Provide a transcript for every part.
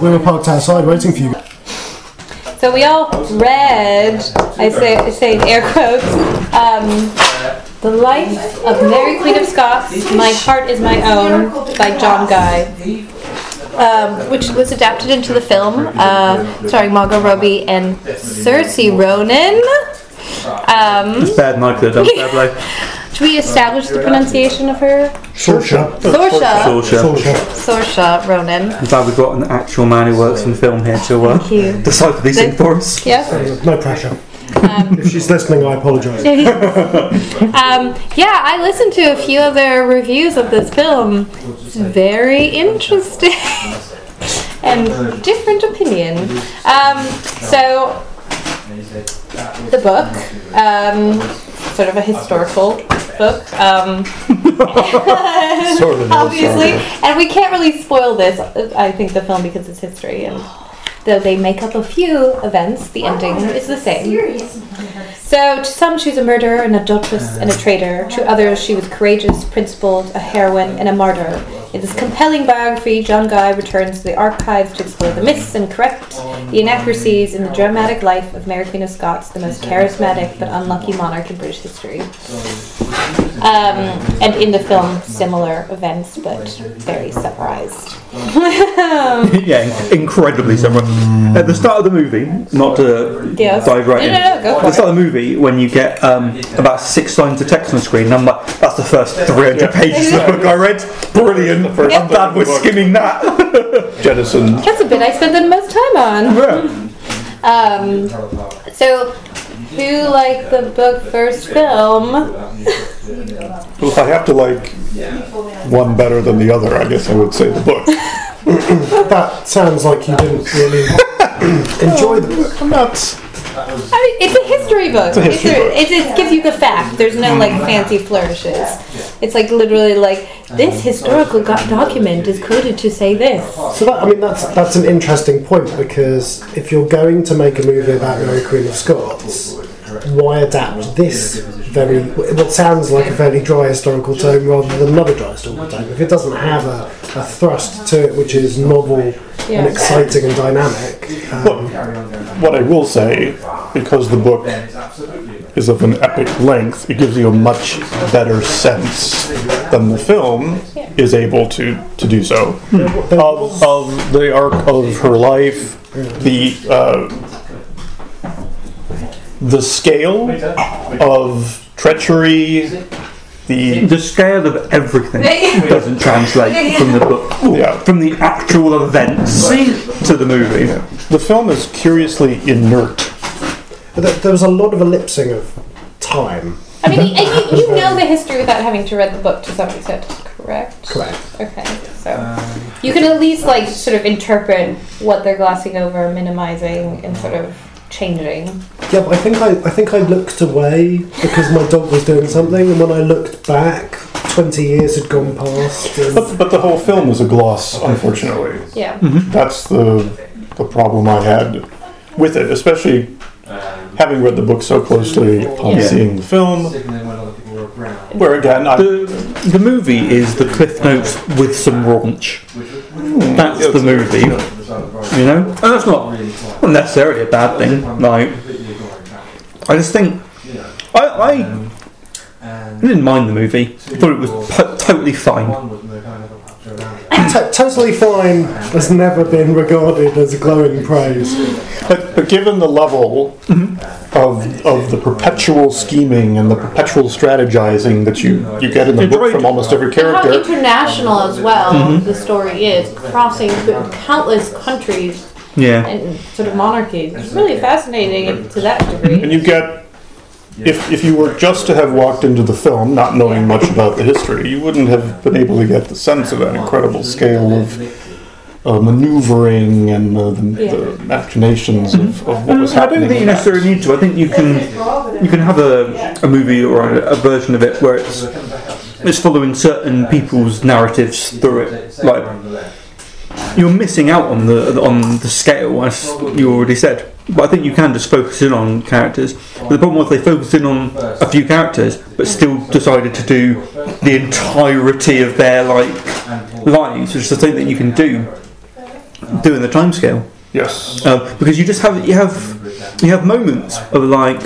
We were parked outside waiting for you. So we all read, I say, I say in air quotes, um, The Life of Mary Queen of Scots, My Heart is My Own by John Guy, um, which was adapted into the film uh, starring Margot Robbie and Cersei Ronan. Um, It's bad luck that that's bad luck. should we establish the pronunciation of her? Sorsha. Sorsha. Sure, sure. Sorsha. Sorsha Ronan. I'm glad we've got an actual man who works in film here to uh, Thank you. decipher these things for us. Yeah. No pressure. if she's listening, I apologise. um, yeah, I listened to a few other reviews of this film. It's very interesting and different opinion. Um, so the book, um, sort of a historical book. Um, obviously, and we can't really spoil this. I think the film because it's history, and though they make up a few events, the ending is the same. So, to some, she was a murderer, an adulteress, and a traitor. To others, she was courageous, principled, a heroine, and a martyr. In this compelling biography, John Guy returns to the archives to explore the myths and correct the inaccuracies in the dramatic life of Mary Queen of Scots, the most charismatic but unlucky monarch in British history. Um, and in the film, similar events, but very summarized. Oh. yeah, in- incredibly similar. At the start of the movie, not to Yes. dive right No, in. no, no, go At for the it. start of the movie, when you get um, about six lines of text on the screen, I'm like, that's the first 300 pages of the book I read. Brilliant. I'm glad we're skimming that. Jettison. That's a bit I spent the most time on. Yeah. Um, so, who liked the book first film? Well, if I have to like one better than the other, I guess I would say the book. That sounds like you didn't really enjoy the book. I'm not. I mean, it's a history book. It's a history book. It, it gives you the fact. There's no like fancy flourishes. It's like literally like this historical go- document is quoted to say this. So that I mean that's that's an interesting point because if you're going to make a movie about Mary Queen of Scots, why adapt this very what sounds like a fairly dry historical tone rather than another dry historical tone? If it doesn't have a, a thrust to it which is novel and Yeah. exciting and dynamic, um, What I will say, because the book is of an epic length, it gives you a much better sense than the film is able to, to do so. Of, of the arc of her life, the uh, the scale of treachery, the The scale of everything Yeah. doesn't translate from the book, Yeah. from the actual events to the movie. the film is curiously inert. but there, there was a lot of ellipsing of time. I mean, and you, you know the history without having to read the book to some extent, correct? Correct. Okay, so you can at least like sort of interpret what they're glossing over, minimizing, and sort of changing. Yeah, but I think I, I think I looked away because my dog was doing something, and when I looked back, twenty years had gone past. And But, but the whole film is a gloss, unfortunately. Yeah. Mm-hmm. That's the, the problem I had with it, especially Um, having read the book so closely upon Yeah. seeing the film, Well, where again, I, The, the movie is the Cliff Notes with some raunch. That's the movie, you know? And Oh, that's not not necessarily a bad thing. Like, I just think. I, I didn't mind the movie. I thought it was po- totally fine. T- totally fine has never been regarded as glowing praise. but, but given the level of, of the perpetual scheming and the perpetual strategizing that you, you get in the It's book right. from almost every And how character, Mm-hmm. international as well the story is, crossing through countless countries Yeah. and sort of monarchies. It's really fascinating to that degree. and you get. If, if you were just to have walked into the film not knowing much about the history, you wouldn't have been able to get the sense of that incredible scale of uh, maneuvering and uh, the, the machinations of, of what was I happening. don't think you in that. necessarily need to. I think you can you can have a, a movie or a, a version of it where it's it's following certain people's narratives through it. Like you're missing out on the on the scale as you already said but I think you can just focus in on characters but the problem was they focused in on a few characters but still decided to do the entirety of their like lives which is the thing that you can do doing the timescale. Yes. Um, because you just have you have you have moments of like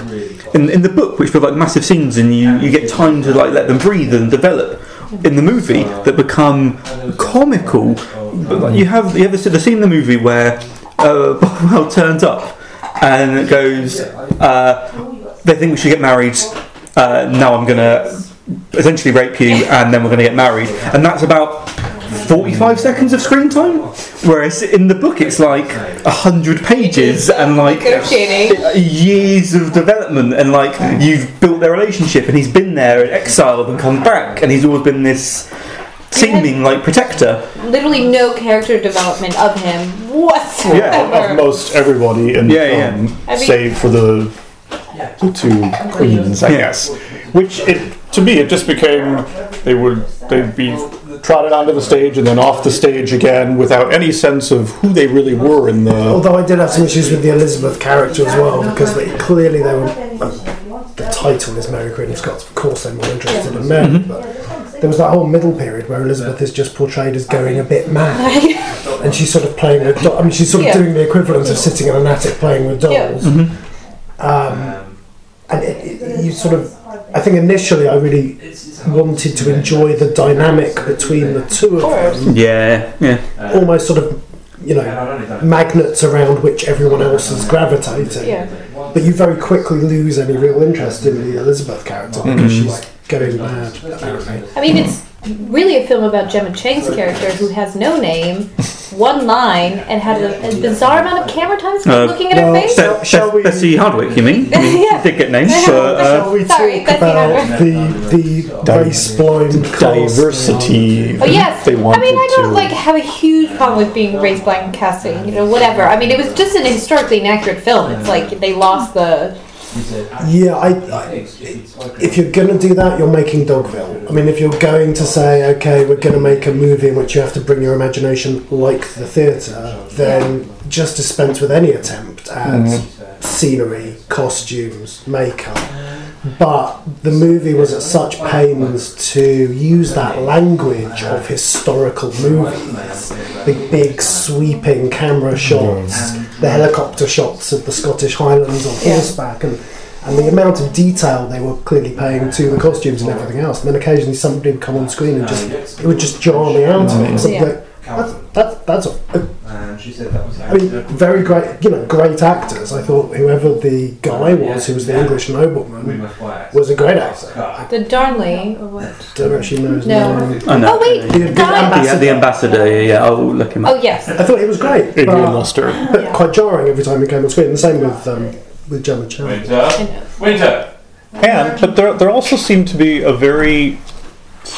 in, in the book which feel like massive scenes and you, you get time to like let them breathe and develop in the movie that become comical but like, you have you ever seen the scene in the movie where uh, Bobwell turns up and it goes uh, they think we should get married uh, now I'm gonna essentially rape you and then we're gonna get married and that's about 45 seconds of screen time whereas in the book it's like 100 pages and like Negotiating. years of development and like you've built their relationship and he's been there and exiled and come back and he's always been this seeming like protector Literally no character development of him whatsoever. Yeah, of most everybody in Yeah, yeah. the film, I mean- save for the the two queens, I Yeah. guess. Which it to me it just became they would they'd be trotted onto the stage and then off the stage again without any sense of who they really were in the Although I did have some issues with the Elizabeth character as well, because they, clearly they were. uh, The title is Mary Queen of Scots, of course they're more interested in Mary, Mm-hmm. but there was that whole middle period where Elizabeth is just portrayed as going a bit mad. And she's sort of playing with dolls. I mean, she's sort of Yeah. doing the equivalent of sitting in an attic playing with Yeah. dolls. Um, and it, it, you sort of. I think initially I really wanted to enjoy the dynamic between the two of them, yeah yeah almost sort of, you know, magnets around which everyone else is gravitating. yeah. But you very quickly lose any real interest in the Elizabeth character because Mm-hmm. she's going mad. apparently. I mean, it's really a film about Gemma Chang's character who has no name, one line, and had a, a bizarre amount of camera time spent Uh, looking at her well, face. so- Be- shall Be- we- Bessie Hardwick you mean, I mean Yeah. she did get names Yeah. but uh, Shall we Sorry, talk Betsy about Hunter. the the Di- race blind diversity Oh yes, they wanted I mean I don't to like have a huge problem with being race blind and casting, you know, whatever. I mean it was just an historically inaccurate film. It's like they lost the Yeah, I, I, if you're going to do that, you're making Dogville. I mean, if you're going to say, okay, we're going to make a movie in which you have to bring your imagination like the theatre, then just dispense with any attempt at Mm-hmm. scenery, costumes, makeup. Uh, But the movie was at such pains to use that language Uh-huh. of historical movies the big sweeping camera shots, the helicopter shots of the Scottish Highlands on Yeah. horseback, and, and the amount of detail they were clearly paying to the costumes and everything else. And then occasionally somebody would come on screen and just it would just jar me out of it. It's Yeah. like, that's, that's, that's a, And she said that was I mean, very great, you know, great actors. I thought whoever the guy was who was the English nobleman was a great actor. the Darnley or what? Don't actually know his No. name. I know Oh wait, The- the the guy the, the ambassador yeah, yeah I'll look him up Oh yes. I thought he was great, Adrian but, Luster. but quite jarring every time he came on screen. The same with um, with Gemma Chan. Winter. I know. Winter. And but there there also seemed to be a very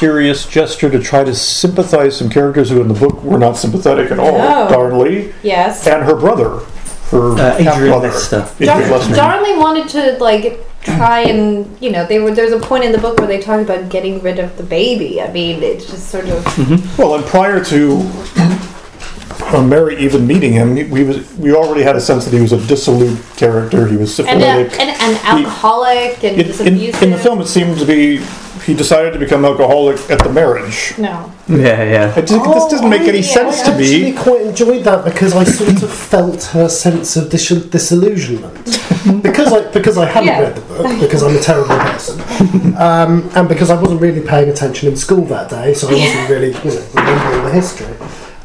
curious gesture to try to sympathize some characters who in the book were not sympathetic at all. No. Darnley Yes. and her brother. Her uh, Adrian half-brother. Lester Adrian Dar- Lester. Darnley wanted to like try and you know they were there's a point in the book where they talked about getting rid of the baby. I mean it's just sort of Well, and prior to uh, Mary even meeting him, he- we was we already had a sense that he was a dissolute character. He was and a, syphilitic. and an alcoholic and It- just in, abusive. in the film, it seemed to be he decided to become alcoholic at the marriage. No. yeah yeah It just, this doesn't make any Oh, yeah. sense to actually me. quite enjoyed that because I sort of felt her sense of dis- disillusionment because I because I hadn't Yeah. read the book because I'm a terrible person um, and because I wasn't really paying attention in school that day so I wasn't really you know, remembering the history.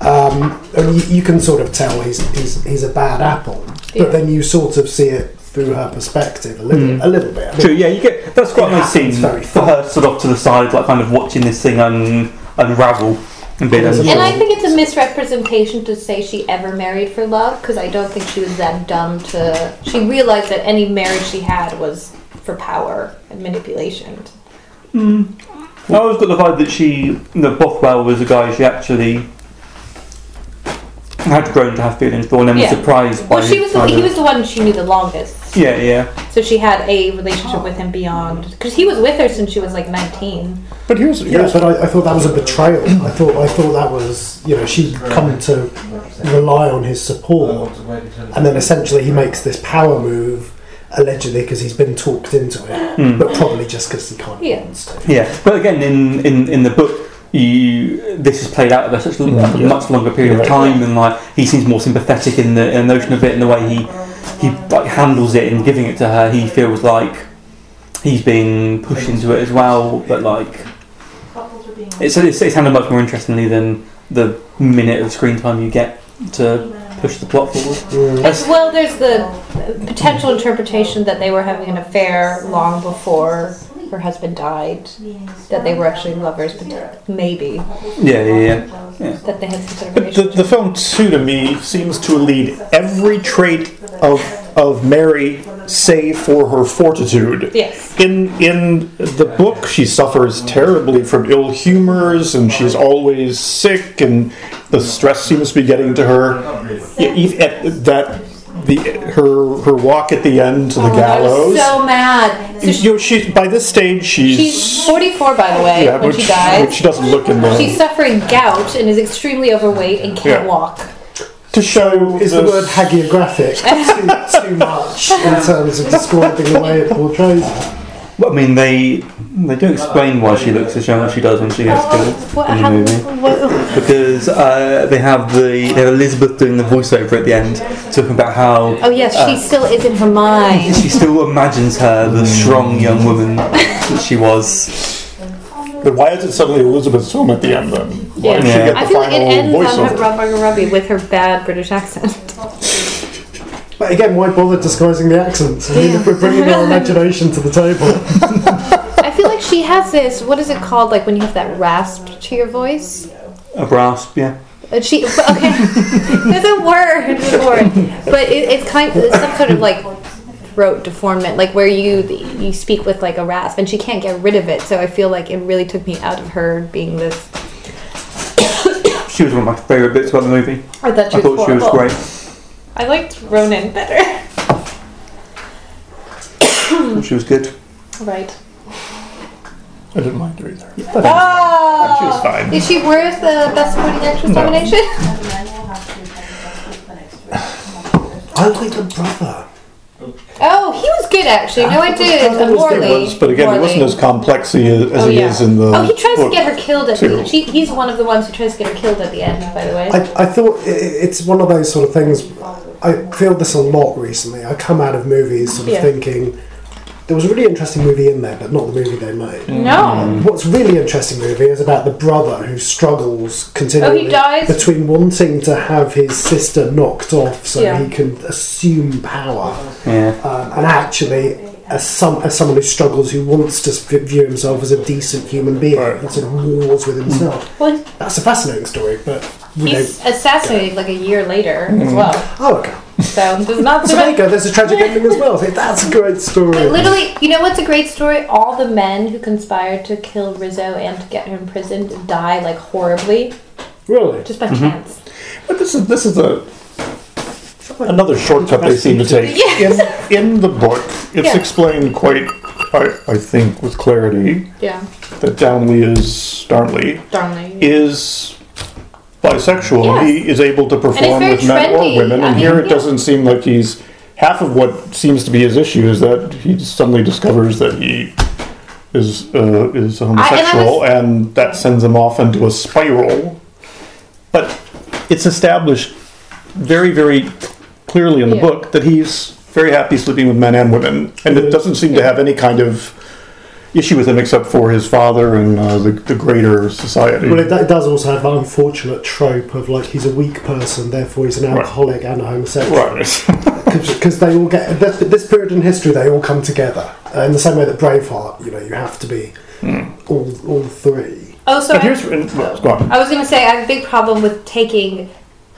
Um, and you, you can sort of tell he's he's, he's a bad apple, Yeah. but then you sort of see it through her perspective a little a little bit. I mean, True, yeah, you get that's quite a nice scene happens very for her sort of to the side, like kind of watching this thing un, unravel and being And And unsettled. I think it's a misrepresentation to say she ever married for love because I don't think she was that dumb to. She realized that any marriage she had was for power and manipulation. I always got the vibe that she, that Bothwell was a guy she actually had grown to have feelings for, and then Yeah. was surprised by. Well, she was the, kind he of- was the one she knew the longest, Yeah, yeah, so she had a relationship with him beyond because he was with her since she was like nineteen. But here's Yeah, here's but I, I thought that was a betrayal. I thought I thought that was you know she'd come to rely on his support, and then essentially he makes this power move allegedly because he's been talked into it, but probably just because he kind of Yeah. wants to. yeah. But again, in in in the book. you this is played out over such a l- Mm, a yeah. much longer period of Right. time, and like he seems more sympathetic in the in the notion of it and the way he he like handles it and giving it to her. He feels like he's being pushed into it as well, but like it's it's, it's handled much more interestingly than the minute of screen time you get to push the plot forward. Mm. That's- As well, there's the potential interpretation that they were having an affair long before her husband died, that they were actually lovers, but maybe Yeah, yeah, yeah. that they had some sort of But the, the relationship. film too, to me, seems to lead every trait of of Mary, save for her fortitude. Yes. In in the book, she suffers terribly from ill humors, and she's always sick, and the stress seems to be getting to her. Yeah, eve- at that the her her walk at the end to the gallows. I Oh, was so mad. So she, you know, she by this stage she's, she's 44, by the way, yeah, when which, she dies. which she doesn't look in the She's suffering gout and is extremely overweight and can't Yeah. walk. to show Is the this- word hagiographic too, too much in terms of describing the way it portrays her? Well, I mean, they they do explain why she looks as young as she does when she gets Oh, killed in the movie. Because uh, they have the they have Elizabeth doing the voiceover at the end, talking about how oh yes, Uh, she still is in her mind. she still imagines her the strong young woman that she was. But why is it suddenly Elizabeth's home at the end then? Why Yeah. did she Yeah. get the I feel like it final ends on her voiceover? Rob Robbie with her bad British accent. But again, why bother disguising the accents? I mean, if we're bringing our imagination to the table. I feel like she has this. What is it called? Like when you have that rasp to your voice. A rasp, yeah. Uh, She but- okay. There's a word. There's a word. But it, it's kind. It's some sort of like throat deformment, like where you you speak with like a rasp, and she can't get rid of it. So I feel like it really took me out of her being this. She was one of my favourite bits about the movie. Or that she I was thought she was horrible. great. I liked Ronan better. I thought she was good. Right. I didn't mind her either. Oh, She was fine. Is she worth the best supporting actress No. nomination? I like the brother. Oh, he was good actually. No, I did. It was- it Morley. was- but again, Morley. it wasn't as complex as, as Oh, it yeah. is in the. Oh, he tries to book. get her killed at too. the. She, he's one of the ones who tries to get her killed at the end. By the way. I, I thought i- i- it's one of those sort of things. I feel this a lot recently. I come out of movies sort of Yeah. thinking there was a really interesting movie in there, but not the movie they made. no. What's really interesting movie is about the brother who struggles continually Oh, dies? between wanting to have his sister knocked off so Yeah. he can assume power, Yeah. um, and actually as some as someone who struggles who wants to v- view himself as a decent human being Right. and sort of wars with himself. Well, That's a fascinating story, but we he's don't. assassinated like a year later as Mm-hmm. well. Oh, okay. So there's not So there you so go. There's a tragic ending as well. See, That's a great story. Literally, you know what's a great story? All the men who conspired to kill Rizzo and to get him imprisoned die like horribly, Really? just by Mm-hmm. chance. But this is this is a another shortcut they seem to take. In in the book, it's Yeah. explained quite, I, I think, with clarity Yeah, that Downley is Darnley darling. is bisexual. Yes. He is able to perform very with men trendy. or women, I and mean, here it yeah. doesn't seem like he's. Half of what seems to be his issue is that he suddenly discovers that he is uh, is homosexual, and, that sends him off into a spiral. But it's established very, very clearly in the Yeah. book that he's very happy sleeping with men and women, and it doesn't seem to have any kind of issue with him except for his father and uh, the, the greater society. Well, it, it does also have that unfortunate trope of like he's a weak person, therefore he's an Right. alcoholic and a homosexual. Right. Because they all get this, this period in history, they all come together uh, in the same way that Braveheart. You know, you have to be Hmm. all all three. Oh, so But I- here's and- well, go on. I was going to say I have a big problem with taking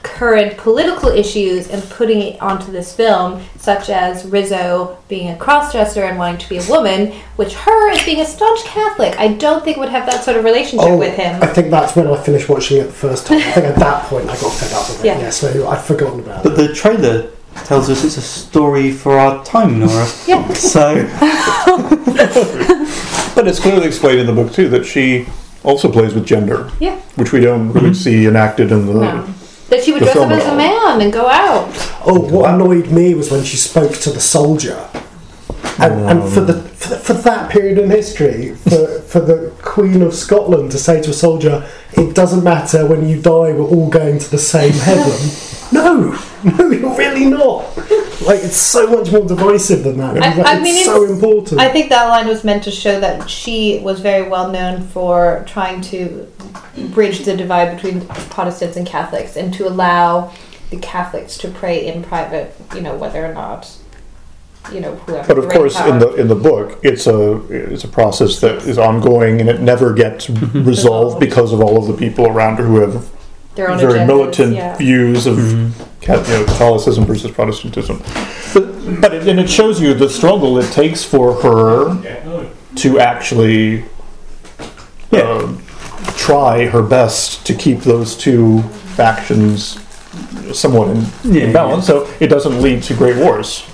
current political issues and putting it onto this film, such as Rizzo being a crossdresser and wanting to be a woman, which her as being a staunch Catholic, I don't think would have that sort of relationship Oh. with him. I think that's when I finished watching it the first time. I think at that point I got fed up with it. Yeah. Yeah, so I'd forgotten about But it. the trailer tells us it's a story for our time, Nora. Yeah. So But it's clearly explained in the book too that she also plays with gender, Yeah, which we don't really see enacted in the. Mm-hmm. no. That she would Mm. The dress up film as a at man and go out. Oh, what annoyed me was when she spoke to the soldier. And, and for, the, for, the, for that period in history, for, for the Queen of Scotland to say to a soldier, it doesn't matter when you die, we're all going to the same heaven. no, no, you're really not. Like, it's so much more divisive than that. I- I it's mean, so it's- important. I think that line was meant to show that she was very well known for trying to bridge the divide between Protestants and Catholics and to allow the Catholics to pray in private, you know, whether or not, you know, whoever. But of the reigning course, in power- the in the book, it's a it's a process that is ongoing and it never gets Mm-hmm. resolved because of all of the people around her who have their own very agendas, militant yeah. views of Cat- you know, Catholicism versus Protestantism. But, but it, and it shows you the struggle it takes for her to actually uh, try her best to keep those two factions somewhat in, Yeah, in balance, so it doesn't lead to great wars.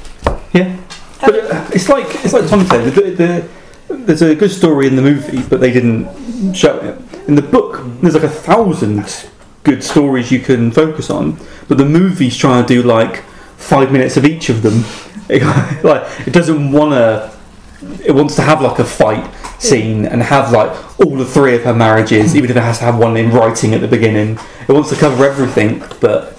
Yeah, but uh, it's like it's like Tom said. The, the, there's a good story in the movie, but they didn't show it. In the book, there's like a thousand good stories you can focus on, but the movie's trying to do like five minutes of each of them. It, like it doesn't wanna. It wants to have like a fight scene and have like all the three of her marriages, even if it has to have one in writing at the beginning. It wants to cover everything, but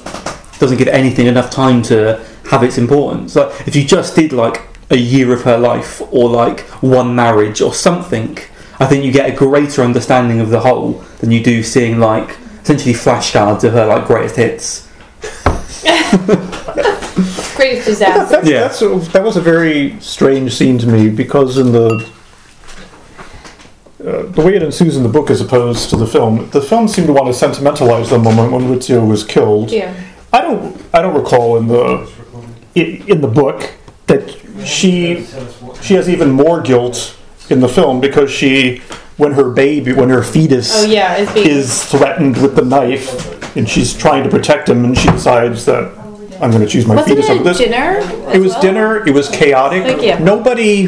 doesn't give anything enough time to have its importance. Like if you just did like a year of her life or like one marriage or something, I think you get a greater understanding of the whole than you do seeing like essentially flashcards of her like greatest hits. greatest disaster. That's, Yeah. that's a, that was a very strange scene to me because in the uh, the way it ensues in the book as opposed to the film, the film seemed to want to sentimentalize the moment when Rizzio was killed. yeah. I don't I don't recall in the i- in the book that she she has even more guilt in the film because she when her baby when her fetus Oh yeah, it's being is threatened with the knife and she's trying to protect him and she decides that I'm going to choose my wasn't fetus over it this. dinner? It was dinner. It was chaotic. Thank you. Nobody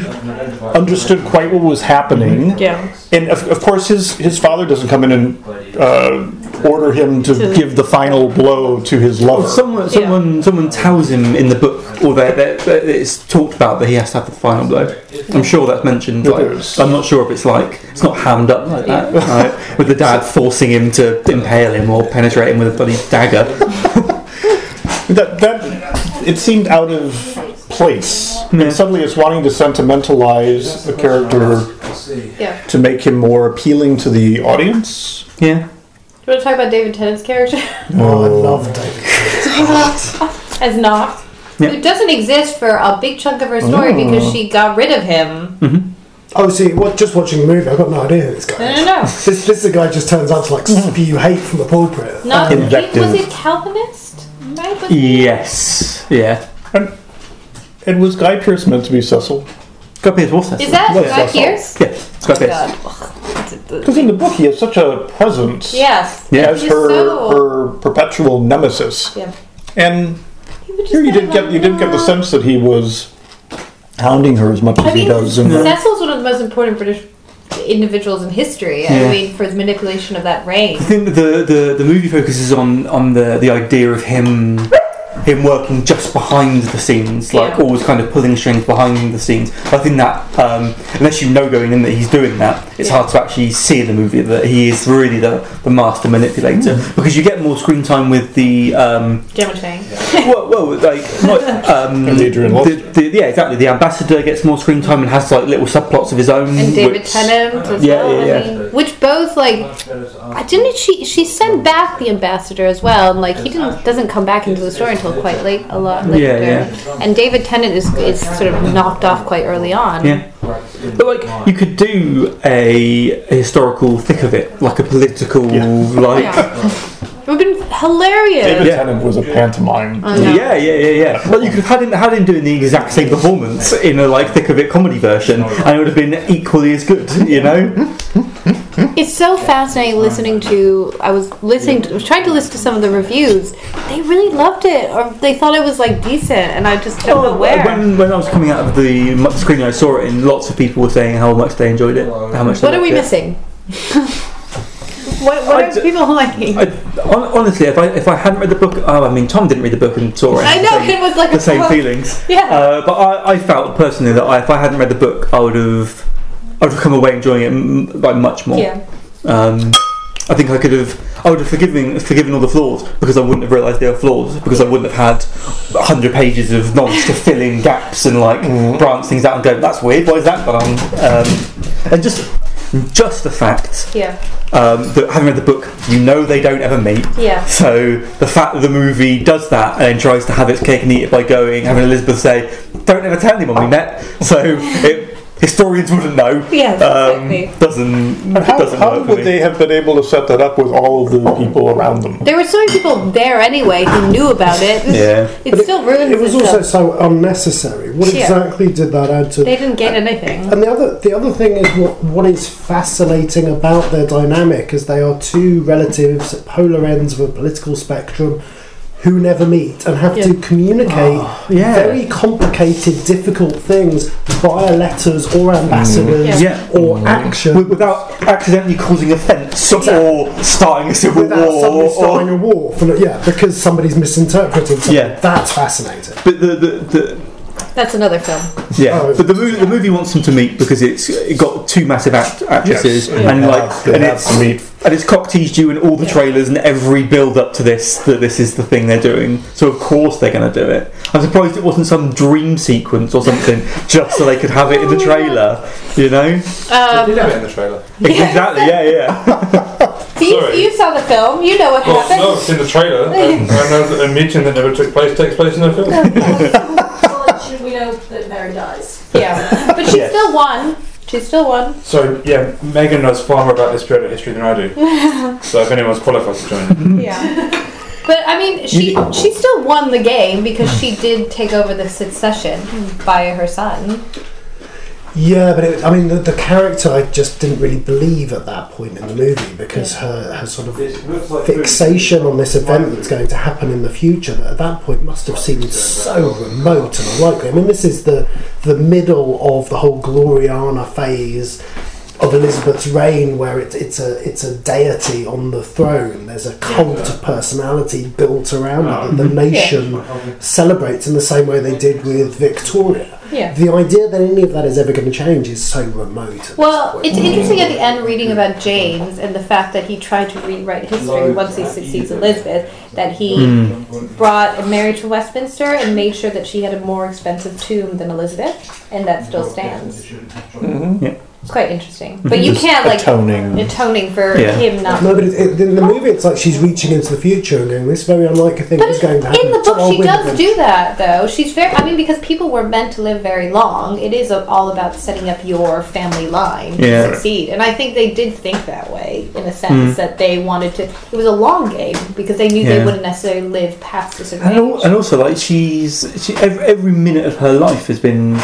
understood quite what was happening. Yeah. And of, of course, his his father doesn't come in and uh, order him to To- give the final blow to his lover. Someone, Yeah. someone, someone tells him in the book, or that that- that it's talked about that he has to have the final blow. I'm sure that's mentioned. It Like, is. I'm not sure if it's like it's not hammed up like that, right? with the dad forcing him to impale him or penetrate him with a bloody dagger. that that it seemed out of place. Yeah. And suddenly, it's wanting to sentimentalize the character Yeah. to make him more appealing to the audience. Yeah. Do you want to talk about David Tennant's character oh, I love David. as not? Yeah. Who doesn't exist for a big chunk of her Oh. story because she got rid of him. Mm. Oh, see, what, just watching the movie, I've got no idea who this guy No, is. no, no. This, this is a guy who just turns up to like spew hate from the pulpit. Not he, was he Invective. Calvinist? Right? Was he- Yes. Yeah. And, and was Guy Pearce meant to be Cecil? Guy Pearce was Is that Yes, Guy I saw. Pearce? Yeah. It's Guy Pearce. God. Ugh. Because in the book, he has such a presence. Yes. Yeah. as He's her so- her perpetual nemesis. Yeah. And He would just here you be did get you like, did get the "Ah." sense that he was hounding her as much as I he mean, does. in the- Cecil's one of the most important British individuals in history. I Yeah. mean, for his manipulation of that reign. I think that the, the, the movie focuses on, on the, the idea of him him working just behind the scenes, like Yeah. always kind of pulling strings behind the scenes. I think that um, unless you know going in that he's doing that, it's Yeah. hard to actually see in the movie that he is really the, the master manipulator Mm. because you get more screen time with the um, Gemma Chang. well, well, like not, um, And Adrian Lobster. the, the, yeah, exactly. The ambassador gets more screen time and has like little subplots of his own. Mm. And David which- Tennant as Yeah, well. yeah, I yeah. mean, which both like I didn't she she sent back the ambassador as well and like he didn't doesn't come back into the story until quite late a lot later. yeah. And David Tennant is is sort of knocked off quite early on. Yeah. But like you could do a, a historical thick of it, like a political Yeah. like yeah. Yeah. It would have been hilarious. David Yeah. Tennant was a pantomime. I know. Yeah, yeah, yeah, yeah. Well, you could have had him, had him doing the exact same performance in a like thick of it comedy version, and it would have been equally as good. You know? It's so fascinating listening to. I was listening, to, I was trying to listen to some of the reviews. They really loved it, or they thought it was like decent, and I just don't know where. Oh, when, when I was coming out of the mu- screen, I saw it, and lots of people were saying how much they enjoyed it, how much. they what are liked we it. missing? What, what I are d- people liking? I, hon- honestly, if I if I hadn't read the book, oh, I mean, Tom didn't read the book and saw it. I know, and it was like the a same quote. feelings. Yeah. Uh, but I, I felt personally that I, if I hadn't read the book, I would have I would have come away enjoying it m- like much more. Yeah. Um, I think I could have. I would have forgiven forgiven all the flaws because I wouldn't have realised they were flaws because I wouldn't have had hundred pages of knowledge to fill in gaps and like branch things out and go. That's weird. Why is that gone? Um, and just just the fact Yeah. um, that having read the book, you know they don't ever meet. Yeah. So the fact that the movie does that and then tries to have its cake and eat it by going having Elizabeth say, "Don't ever tell anyone we met," so it, historians wouldn't know. Yes, um, exactly. doesn't And how, doesn't how work for would me. they have been able to set that up with all of the people around them? There were so many people there anyway who knew about it. Yeah. It still ruins It was also itself. so unnecessary. What Yeah. exactly did that add to They didn't gain anything. And the other the other thing is what what is fascinating about their dynamic is they are two relatives at polar ends of a political spectrum who never meet and have to communicate Ah, yeah. very complicated, difficult things via letters or ambassadors Mm. Yeah. Mm. or action. Wi- Without accidentally causing offence or starting a civil Without war. somebody or- starting a war, for, no- yeah, because somebody's misinterpreting something. Yeah. That's fascinating. but the, the, the That's another film. yeah, Oh. but the movie, the movie wants them to meet because it's it got two massive act- actresses Yes, and they like have- they and have it's to meet. and it's cock teased you in all the trailers and every build up to this that this is the thing they're doing. So of course they're going to do it. I'm surprised it wasn't some dream sequence or something just so they could have it in Oh, the trailer. You know Um, Did have it in the trailer? exactly. Yeah, yeah. So you, Sorry. you saw the film. You know what Well, happened. no, it's in the trailer, and, and a, a meeting that never took place takes place in the film. Should we know that Mary dies? Yeah, but she still won. She still won. So yeah, Megan knows far more about this period of history than I do. so if anyone's qualified to join, Mm. Yeah. But I mean, she she still won the game because she did take over the succession by her son. Yeah, but it, I mean, the, the character I just didn't really believe at that point in the movie because her, her sort of fixation on this event that's going to happen in the future that at that point must have seemed so remote and unlikely. I mean, this is the the middle of the whole Gloriana phase of Elizabeth's reign, where it's it's a it's a deity on the throne. There's a cult of personality built around it that the nation celebrates in the same way they did with Victoria. Yeah. The idea that any of that is ever going to change is so remote. at this Well, point. it's interesting at the end reading about James and the fact that he tried to rewrite history once he succeeds Elizabeth, that he Hmm. brought Mary to Westminster and made sure that she had a more expensive tomb than Elizabeth, and that Oh, still stands. Mm-hmm. Yeah. It's quite interesting. But you Just can't, like, atoning. atoning for Yeah. him not No, but it, it, in the movie, it's like she's reaching into the future and going, "This very unlikely thing But is going to happen." in the to our book, she women." does do that, though. She's very. I mean, because people were meant to live very long, it is all about setting up your family line Yeah. Hmm. to succeed. And I think they did think that way, in a sense, that they wanted to. It was a long game because they knew they Yeah. wouldn't necessarily live past a certain And, al- age. and also, like she's she, every, every minute of her life has been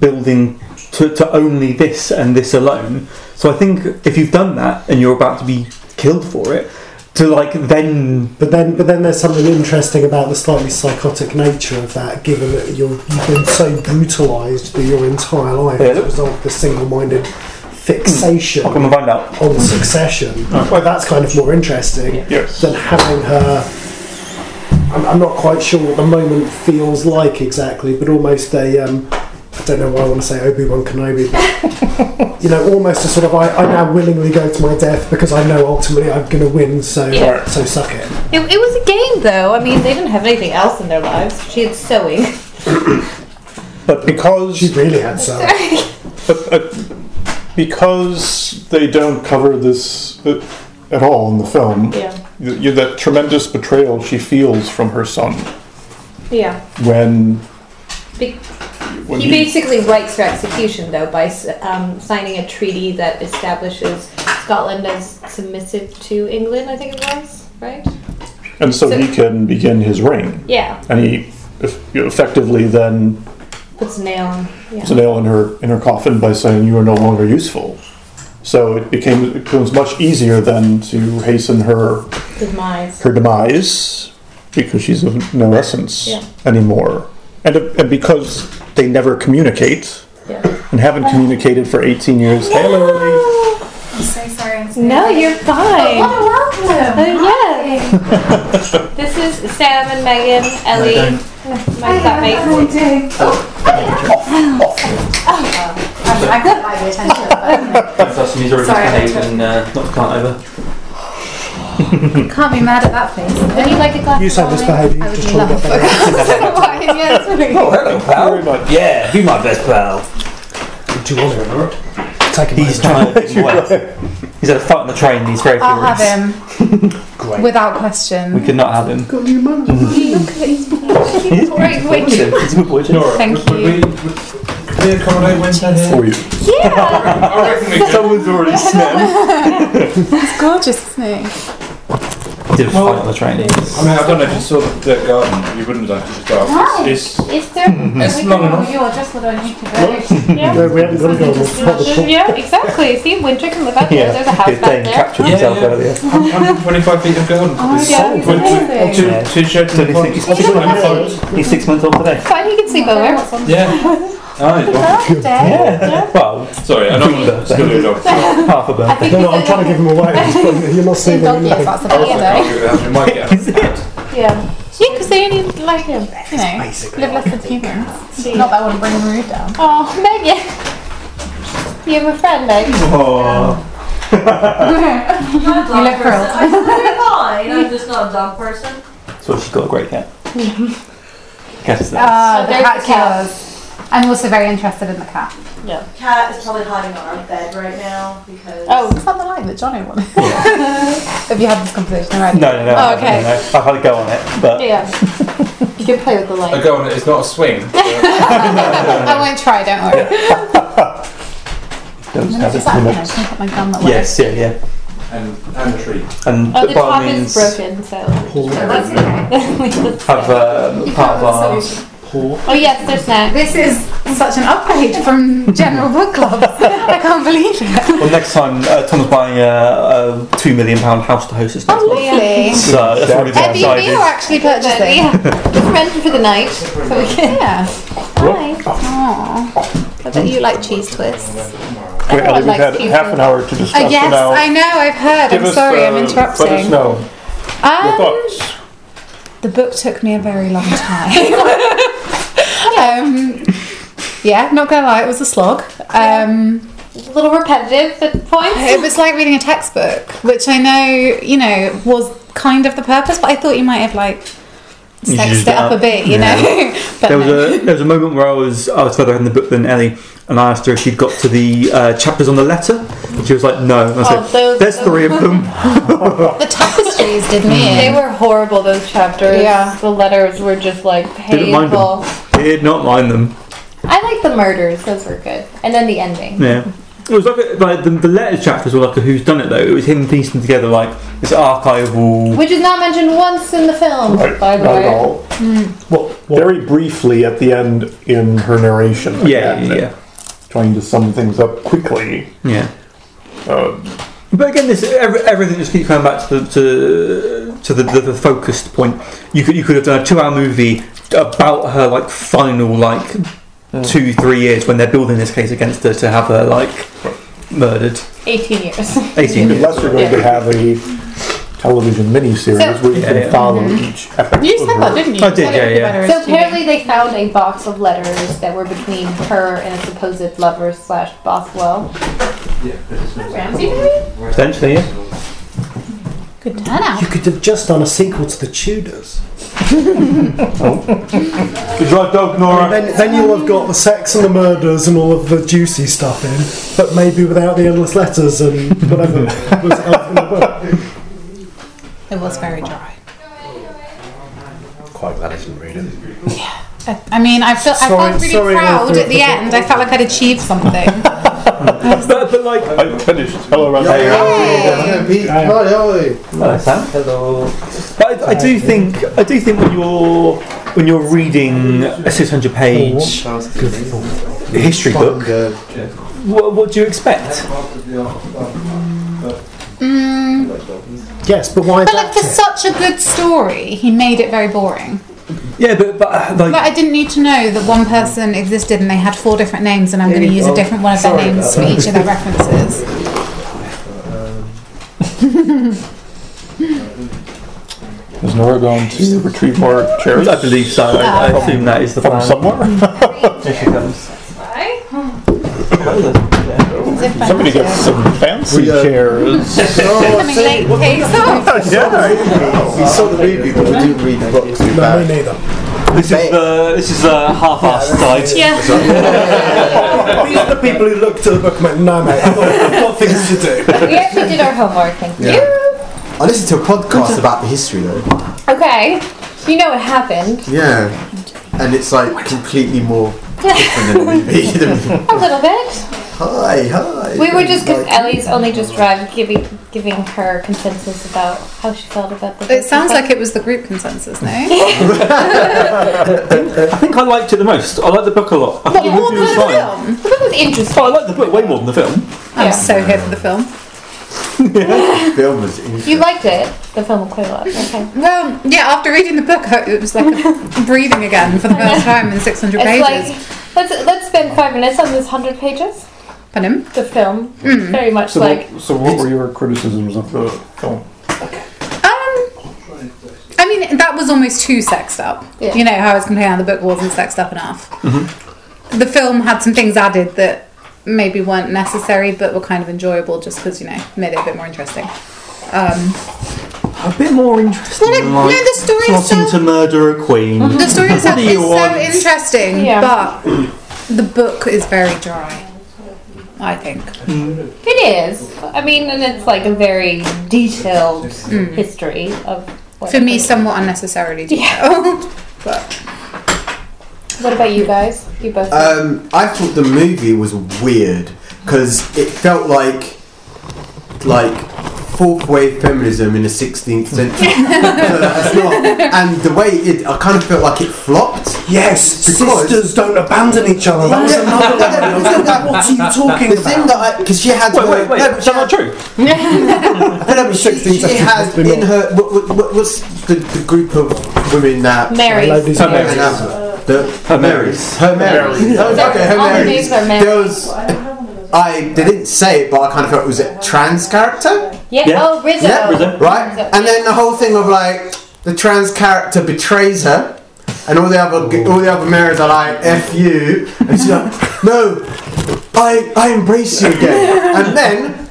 building to, to only this and this alone. So I think if you've done that and you're about to be killed for it, to like then But then, but then there's something interesting about the slightly psychotic nature of that, given that you're, you've been so brutalised through your entire life as a Yeah. result of the single-minded fixation I'll come and find out. on succession. Well, that's kind of more interesting Yes. than having her. I'm, I'm not quite sure what the moment feels like exactly, but almost a. Um, I don't know why I want to say Obi Wan Kenobi. But, you know, almost a sort of I, I now willingly go to my death because I know ultimately I'm going to win. So uh, Yeah. so suck it. It, it was a game, though. I mean, they didn't have anything else in their lives. She had sewing. But because She really had some. But, uh, because they don't cover this uh, at all in the film, Yeah. you, you- that tremendous betrayal she feels from her son Yeah. when Be- when He he- basically writes for execution, though, by s- um, signing a treaty that establishes Scotland as submissive to England, I think it was, right? and so, so- he can begin his reign, Yeah, and he eff- you know, effectively then puts a nail on. Yeah. puts a nail in her in her coffin by saying you are no longer useful. So it became it becomes much easier then to hasten her Demise. her demise because she's of no essence Yeah. anymore. And, and because they never communicate Yeah. and haven't communicated for 18 years. Hello. I'm so sorry. I'm so No, you're fine. welcome. Oh, Oh, yeah. this is Sam and Megan, Ellie, my flatmate. Oh. Oh. I got my attention. but- He's already Sorry, I misbehaved took- and uh, knocked Kant over. Can't be mad at that face. Would you like a glass You of sound wine? misbehaved. You I just would trying to love get better. yes, Oh, hello, pal. Yeah, be my best pal. Do you want to remember it? Take He's a tired. and wet. He's had a fight on the train. He's very I'll have furious. him Great. without We question. could not have him. Great, wait. He's a good boy. Nora. Thank would, you. Would we, would, could we accommodate Winter here? for you. I reckon we could. Someone's already snapped. It's gorgeous, isn't it? He did a fight on the train. I mean, I don't know if you saw the dirt garden. You wouldn't have done it. It's dark. It's, it's Is there? It's long enough. You're just what I need to do. No, we haven't got to go on Yeah, exactly. See, winter can live out there. There's a house His back Dane there. captured Yeah, himself yeah. earlier. 125 feet of garden. Oh, It's yeah, he's Would- would- amazing. two- Yeah. two sheds So and do a you pond. think he's Two six and a months pond. old? He's six months old today. Fine, you can sleep over. Yeah. Ah, it's one- Yeah. Well, Sorry, I don't want to do dog. half a I birthday. think No, he's no, I'm a- trying to give him away. You're not seeing Dog him. years, anything. that's about it though. We might Yeah. get Yeah, because they only like him. You know, live less than humans. Not that I want to bring the mood down. Oh, Megan. You have a friend, eh? Meg. Oh. Uh, I'm a dog You look person. curled. I'm very fine. I'm just not a dog person. So she's got a great cat. Cat is there. Ah, So the there's cat the cat. killers. I'm also very interested in the cat. Cat is probably hiding on our bed right now because. Oh, It's not the line that Johnny wanted. Have you had this conversation already? No, no, no. Oh, no, okay. No, no. I've had a go on it, but yeah. you can play with the a light. go on it. It's not a swing. I won't try, don't worry. don't I'm gonna have just it. like, you know, just put my gun that way. Yes, yeah, yeah. and, and a tree. And Oh, the by all top is means, broken, so. That's okay. have uh, part of our. Oh, yes, there's snacks. This is such an upgrade from general book clubs. I can't believe it. Well, next time uh, Tom's buying a, a two million pound house to host us Oh, next month. Lovely. So that's already been Airbnb or decided. actually But, purchasing? yeah, just rented for the night. So we can. Yeah. Hi. Oh. Aww. I bet you like cheese twists. Wait, Ellie, we've likes had people. half an hour to discuss Uh, yes, it now. I know, I've heard. Give I'm us, sorry, I'm uh, Let us interrupting. know your Um, thoughts. the book took me a very long time. um, yeah, not gonna lie, it was a slog. Um, A little repetitive at points. It was like reading a textbook, which I know, you know, was kind of the purpose, but I thought you might have like You sexed used it it up a up. bit, you Yeah. know. but There was no. a there was a moment where I was I was further ahead in the book than Ellie, and I asked her if she'd got to the uh, chapters on the letter. She was like, no. And I Oh, said, those, there's those- three of them. Oh. the tapestries did They Mm. me. in. were horrible, those chapters. Yeah. The letters were just like Didn't mind them. painful. Did not mind them. I like the murders, those were good. And then the ending. Yeah. It was like, a, like the, the letters chapters were like a who's done it though. It was him piecing together like this archival. Which is not mentioned once in the film, Right, by the not way. at all. hmm. Very briefly at the end in her narration. Yeah, again, yeah, yeah. Trying to sum things up quickly. yeah. Uh, Um, But again, this every, everything just keeps coming back to the to, to the, the, the focused point. You could you could have done a two-hour movie about her like final like two three years when they're building this case against her to have her like murdered 18 years. eighteen years. unless you're going to have a television miniseries So- Mm-hmm. where you Yeah, can yeah. follow each episode. You said that, didn't you? I did, Said it yeah, would be yeah. better So as TV. apparently they found a box of letters that were between her and a supposed lover slash Bothwell. Ramsey, maybe? Potentially, yeah. good turnout. You could have just done a sequel to the Tudors. Good drive, dog, Nora. Then, then you'll have got the sex and the murders and all of the juicy stuff in, but maybe without the endless letters and whatever was else in the book. It was very dry. Quite glad I didn't read it. I, I mean, I felt I Sorry- felt really sorry, proud Arthur. at the end. I felt like I'd achieved something. But, but like, I finished. Hello, Randy. Hello, Sam. Hello. But I, I do think I do think when you're when you're reading a 600 page history book, what, what do you expect? Mm, Yes, but why but like adapt for it? such a good story, he made it very boring. Yeah, but but uh, But like I didn't need to know that one person existed and they had four different names, and I'm going to use a different one of their names for each of their references. Is Nora going to retrieve more cherries? I believe so. I, I Ah, okay. assume that is the From plan. somewhere? Here she comes. Bye. As if by Somebody magic. gets some fancy We, uh, chairs. Coming late, okay, so. We saw the movie, but we didn't read the book too No, me bad. neither. This is the Uh, this is the half-assed side. Yeah. These are the people who look to the book and went, no, mate, I've got, I've got things to do. We actually did our homework, thank you. I listened to a podcast about the history though. Okay. You know what happened. Yeah. And it's like completely more different than the movie. The- A little bit. hi, hi. We were just because Like- Ellie's only just arrived, giving giving her consensus about how she felt about the. It sounds like it was the group consensus, no? I think I liked it the most. I liked the book a lot. I thought the movie was fine. The book was interesting. Oh, I liked the book way more than the film. Yeah. I'm so here for the film. film was interesting. You liked it, the film quite a lot. Okay. Well, yeah, after reading the book, I- it was like breathing again for the first time in 600 It's pages. like let's let's spend five minutes on this hundred pages. Pardon? The film, Mm. very much So, like what, so what were your criticisms of the film? Um, I mean, that was almost too sexed up. Yeah. You know how I was complaining how the book wasn't sexed up enough. Mm-hmm. The film had some things added that maybe weren't necessary, but were kind of enjoyable just because you know made it a bit more interesting. Um, A bit more interesting. Well, no, like no, the story plotting itself- to murder a queen. the story itself do is you want? so interesting, Yeah. but the book is very dry. I think. it is. I mean, and it's like a very detailed history of. What Mm. For me, Oh, happened. somewhat unnecessarily detailed. but What about you guys? You both. Um, I thought the movie was weird because it felt like like fourth wave feminism in the 16th century. So that's not- and the way it, I kind of felt like it flopped. Yes, Because- sisters don't abandon each other. That was another one. I was like, what are you talking The thing about? that I, because she had Wait, her, wait, wait. no, but Is she that not had- true? no, but she, 16th she century had must be in more. her what, what, what- what's the, the group of women that Mary. Ladies Her first. Marys. and, um, the her Marys. her Marys. Oh, So okay, her all the Marys. names are Marys. There was I they didn't say it, but I kind of felt it was a trans character. yeah. yeah. Oh, Rizzo. Yeah, Rizzo. right? And then the whole thing of like the trans character betrays her, and all the other all the other Marys are like "f you," and she's like, "No, I I embrace you again." And then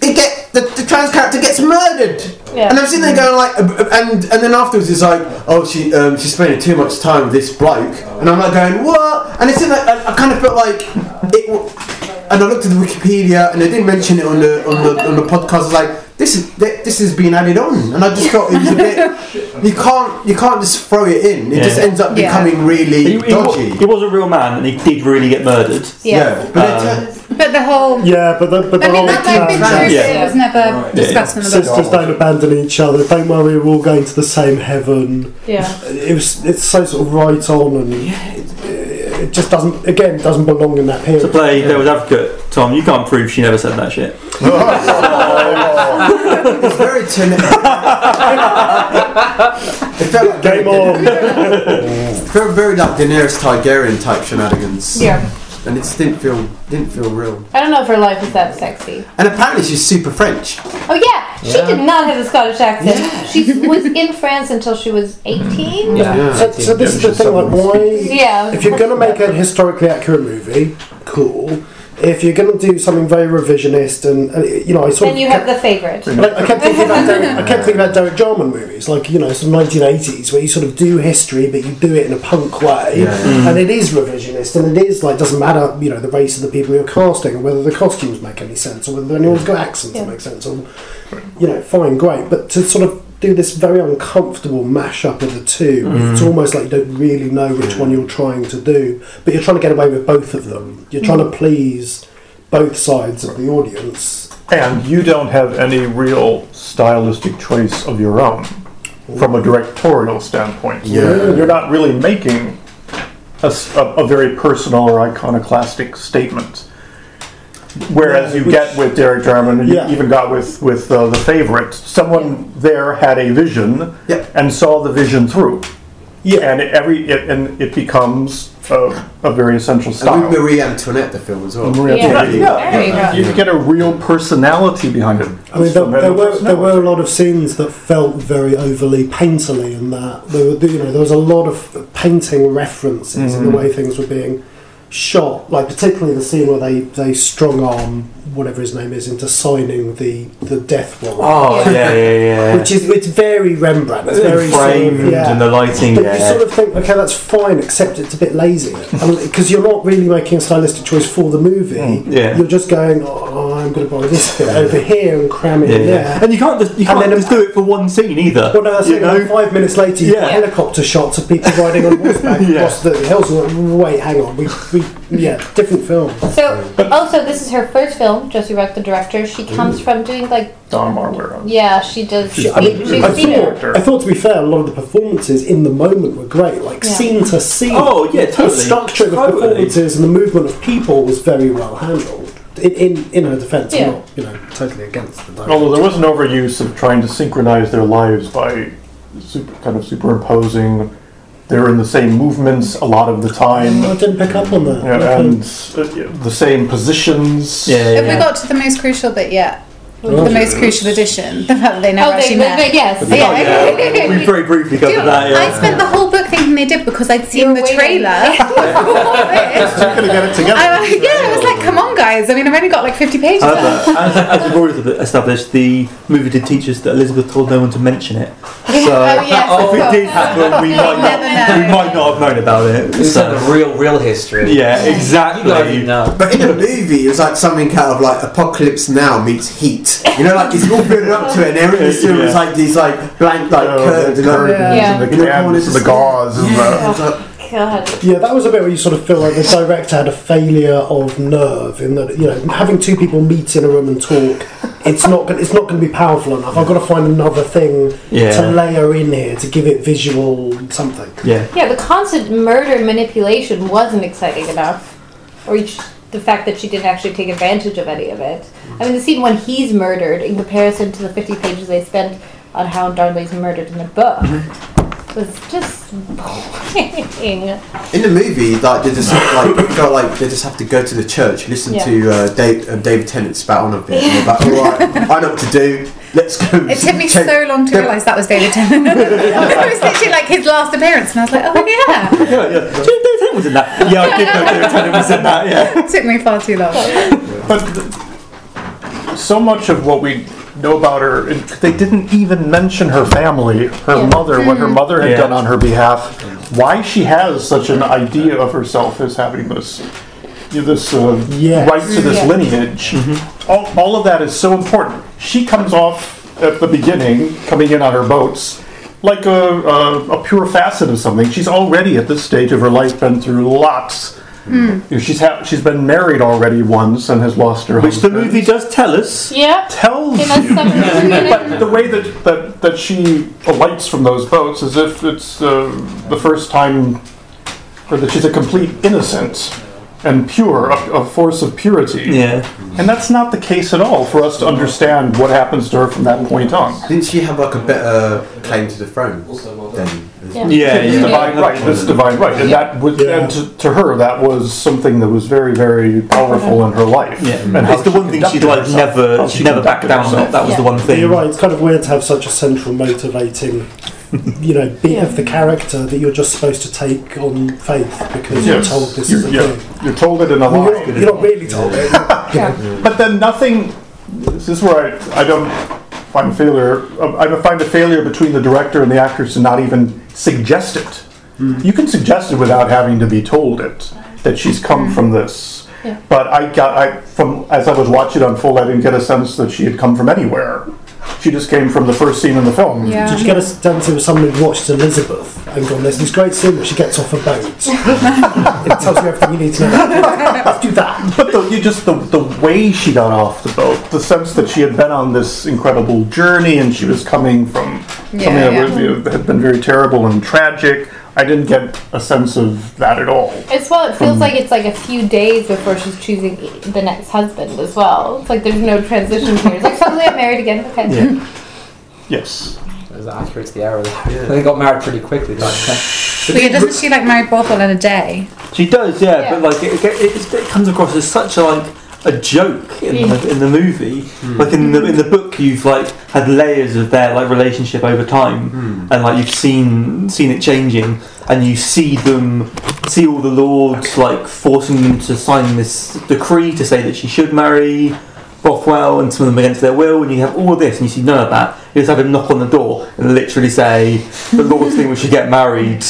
it get the, the trans character gets murdered, Yeah. and I'm sitting there going like, and and then afterwards it's like, "Oh, she um, she's spending too much time with this bloke," and I'm like going, "What?" And it's in that I, I kind of felt like it. w- and I looked at the Wikipedia, and they didn't mention it on the on the on the podcast. I was like, this is th- this has been added on, and I just felt it was a bit. You can't you can't just throw it in. It just Yeah. ends up Yeah. becoming really He, he wa- dodgy. he was a real man, and he did really get murdered. yeah. but it Um, turned- but the whole Yeah, but the, but the I mean, whole that might have been um, true, Yeah. but it was never discussed in the book. sisters don't abandon each other. Don't worry, we're all going to the same heaven. Yeah. It was it's so sort of right on, and it, it just doesn't again doesn't belong in that To period. play devil's advocate, Tom, you can't prove she never said that shit. it's very ten- It felt like Game on. It felt very like Daenerys Targaryen type shenanigans. Yeah. And it just didn't feel didn't feel real. I don't know if her life is that sexy. And apparently she's super French. Oh yeah, she did not have a Scottish accent. She was in France until she was eighteen. Yeah. So, so this is the thing, like why? yeah. If you're going to make a historically accurate movie, cool. If you're going to do something very revisionist, and, and you know, I sort then of you kept- have the favorite. Like, I kept thinking about Derek, I kept thinking about Derek Jarman movies, like you know, some nineteen eighties, where you sort of do history, but you do it in a punk way, Yeah. and it is revisionist, and it is like doesn't matter, you know, the race of the people you're casting, or whether the costumes make any sense, or whether anyone's got accents Yeah. that make sense, or you know, fine, great, but to sort of do this very uncomfortable mashup of the two, it's almost like you don't really know which one you're trying to do, but you're trying to get away with both of them. You're trying to please both sides of the audience. And you don't have any real stylistic choice of your own from a directorial standpoint. Yeah. You're not really making a, s- a- a very personal or iconoclastic statement. Whereas you which- get with Derek Jarman, and Yeah. you even got with, with uh, The Favorite, someone there had a vision Yeah. and saw the vision through. Yeah, and it, every it, and it becomes a, a very essential style. Oh. And with Marie Antoinette, the film as well. Marie Yeah. Antoinette. Yeah. Very yeah. good. You get a real personality behind it. I mean, there, there were there were a lot of scenes that felt very overly painterly, in that there were, you know there was a lot of painting references Mm-hmm. in the way things were being shot. Like particularly the scene where they, they strung arm whatever his name is into signing the, the death warrant. Oh, yeah, yeah, yeah. Which is it's very Rembrandt. It's And very framed sort of, yeah. and the lighting, But you yeah. sort of think, okay, that's fine, except it's a bit lazy because you're not really making a stylistic choice for the movie. Mm, yeah. You're just going, oh, I'm going to buy this bit over here and cram it in there. And you can't just you And can't then- just do it for one scene either. Well, no, that's you it. know? Like five minutes later, you get helicopter shots of people riding on horseback across the hills. And like, Wait, hang on. We, we, yeah, different film. So, also, this is her first film, Josie Rock, the director. She comes from doing like, Don Marware. yeah, she does. She- I, mean, she's Oh, I, theater. thought, I thought, to be fair, a lot of the performances in the moment were great, like Yeah. scene to scene. Oh, yeah, The totally. structure of the Totally. performances and the movement of people was very well handled. In, in, in her defence, Yeah. I'm not you know, totally against the director. Although there was an overuse of trying to synchronize their lives by super, kind of superimposing. They're in the same movements a lot of the time. I didn't pick up on that. Yeah, and uh, yeah, the same positions. Yeah, Have we got to the most crucial bit yet? Oh, the most yes. crucial edition. The fact that they never Oh, they- actually they- met. they- yes. Yeah. Oh, yeah. we very briefly covered that. Yeah. I spent the whole book thinking they did because I'd seen the trailer. gonna get it together. I, yeah, I was like, come on, guys. I mean, I've only got like 50 pages left. However, as, as we've already established, the movie did teach us that Elizabeth told no one to mention it. So Oh, yes, of if course. it did happen, we might not Never we might not have known about it. It's So- like real, real history. Yeah, exactly. But in the movie, it was like something kind of like Apocalypse Now meets Heat. You know, like it's all building up to it, and everything still Yeah. was like these like blank like Oh, curtains, the and curtains everything. Yeah. and the You know, cans corners and the just- gauze and the- Yeah, it's like- God. Yeah, that was a bit where you sort of feel like the director had a failure of nerve in that you know having two people meet in a room and talk, it's not gonna, it's not going to be powerful enough. I've got to find another thing to Yeah. layer in here to give it visual something. Yeah. Yeah, the constant murder and manipulation wasn't exciting enough, or each, the fact that she didn't actually take advantage of any of it. I mean, the scene when he's murdered, in comparison to the 50 pages they spent on how Darnley's murdered in the book, was just boring. In the movie, like they just have, like felt like they just have to go to the church, listen Yeah. to uh, Dave, um, David Tennant spat on a bit, and they're like, "All right, I know what to do. Let's go." It took me check- so long to Yeah. realise that was David Tennant. it was literally like his last appearance, and I was like, oh yeah. Yeah, yeah. David Tennant was in that. Yeah, I did know David Tennant was in that. Yeah. It took me far too long. But th- so much of what we know about her, and they didn't even mention her family, her mother, what her mother had Yeah. done on her behalf. Why she has such an idea of herself as having this, you know, this uh, Yes. right to this Yeah. lineage. Mm-hmm. All, all of that is so important. She comes off at the beginning, coming in on her boats. Like a, a, a pure facet of something. She's already at this stage of her life been through lots. You know, she's ha- she's been married already once and has lost her. Which the husband. movie does tell us. yeah. tells In a you. summary But the way that, that, that she alights from those boats is if it's uh, the first time, or that she's a complete innocent and pure, a, a force of purity. Yeah. And that's not the case at all for us to understand what happens to her from that point on. Didn't she have like a better claim to the throne than? Yeah, This divine right, this divine right, and that was, and to, to her that was something that was very, very powerful in her life. Yeah. and how it's the one thing she'd conducted like herself. How never she she never backed conducted down on. herself. That was the one thing. You're right. It's kind of weird to have such a central motivating, you know, bit of the character that you're just supposed to take on faith because you're Yes. told this You're- is a yeah, thing. You're told it in a Well, lie. you're, not, you're not really told it. But then nothing. This is where I, I don't find failure. I find a failure between the director and the actors to not even suggest it. You can suggest it without having to be told it that she's come from this. Yeah. But I got I from as I was watching it unfold, I didn't get a sense that she had come from anywhere. She just came from the first scene in the film. Yeah. Did you get a sense it was someone who'd watched Elizabeth and gone, there's this great scene where she gets off a boat. it tells you everything you need to know. Let's do that. But the, you just the, the way she got off the boat, the sense that she had been on this incredible journey and she was coming from something Yeah, that yeah. was- you know, that had been very terrible and tragic. I didn't get a sense of that at all. As well, it feels like it's like a few days before she's choosing the next husband as well. It's like there's no transition here. It's like suddenly I'm married again. Okay. Yes. There's the accurate to the error. Yeah. They got married pretty quickly. Back then. But yeah, doesn't she like marry Bothwell in a day? She does, yeah, but like it, it, it comes across as such a like a joke in, the, in the movie. Like in the in the book, you've like had layers of their like relationship over time, and like you've seen seen it changing, and you see them see all the lords like forcing them to sign this decree to say that she should marry. Bothwell and some of them against their will, and you have all of this, and you see none of that. You just have him knock on the door and literally say, "The Lord's thing we should get married.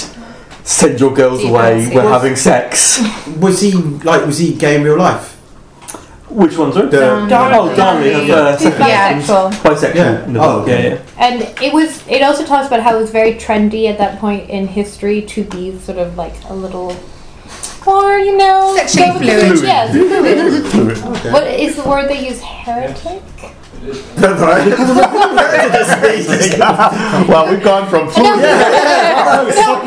Send your girls away. We're having sex." Was he like? Was he gay in real life? Which one's right? Darn- Oh, Darnley. Darnley. uh, He's bisexual. bisexual. Yeah. in the Oh, book, yeah, yeah. And it was. It also talks about how it was very trendy at that point in history to be sort of like a little more, you know, Sexually go with fluid. the- Yes, fluid. Fluid. What is the word they use? Heretic. well, we've gone from No, food.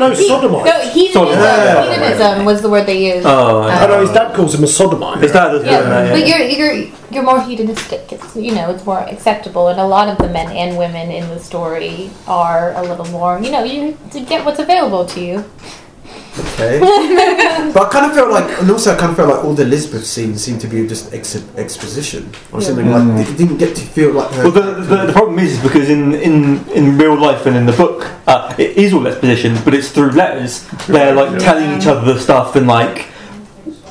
no, no, so- no, sodomite. No, heathenism. Sodomite. Heathenism was the word they used. I know his dad calls him a sodomite. His dad does, Yeah, but you're you're you're more hedonistic. It's you know it's more acceptable, and a lot of the men and women in the story are a little more. You know, you to get what's available to you. Okay. but I kind of felt like, and also I kind of felt like all the Elizabeth scenes seemed to be just ex- exposition or Yeah. something Mm. like. It didn't get to feel like her. Well, the, the, the problem is, is because in, in, in real life and in the book, uh, it is all exposition, but it's through letters. They're like telling each other the stuff and like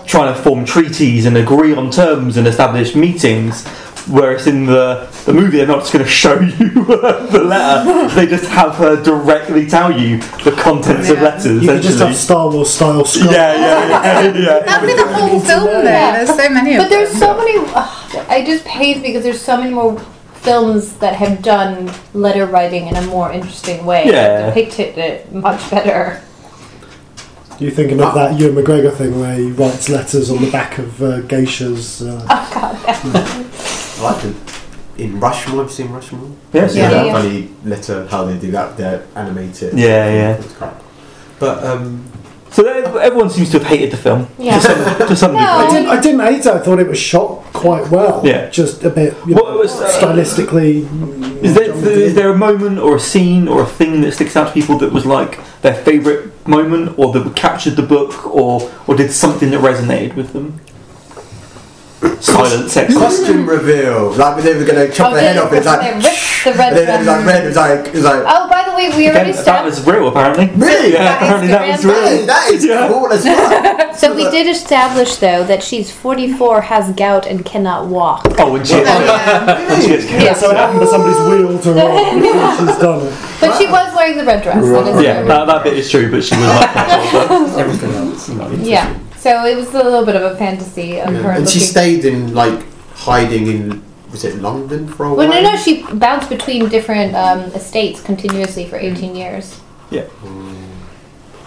trying to form treaties and agree on terms and establish meetings. Whereas in the, the movie, they're not just going to show you the letter; they just have her directly tell you the contents of letters. You could just essentially. have Star Wars style scroll. Yeah, yeah, yeah, yeah. That'd be the whole film though. Yeah. There's so many But of them. there's so many. ugh, I just pains because there's so many more films that have done letter writing in a more interesting way. Yeah. that depicted it much better. You thinking of that Ewan McGregor thing where he writes letters on the back of uh, geishas? Uh, Oh, I like the, in Rushmore. Have you seen Rushmore? Yes, yeah. yeah. That Yeah. funny letter how they do that. They're animated. Yeah, yeah. It's crap. But um, So that- everyone seems to have hated the film Yeah. to some, to some I, degree. didn't, I didn't hate it. I thought it was shot quite well. Yeah. just a bit you know, stylistically. Is there, is there a moment or a scene or a thing that sticks out to people that was like their favourite moment or that captured the book or, or did something that resonated with them? Silent sex. costume reveal. Like when they were going to chop Oh, the head they- off. It's they like. ripped the And red. then it was like one. red. It was like. It was like. Oh, by the way, we already Again, that stopped. was real, apparently. Really? Yeah, apparently that was real. That is cool as well. So we did establish though that she's 44, has gout, and cannot walk. Oh, and she and she gets Yeah, so it happened to somebody's wheel to roll. She's done it. But she was wearing the red dress. that is Yeah, true. that, that bit is true, but she was like everything else. you know. Yeah. So it was a little bit of a fantasy of her And she looking. stayed in like hiding in was it London for a Well, while? no, no, she bounced between different um, estates continuously Mm. for 18 years. Yeah.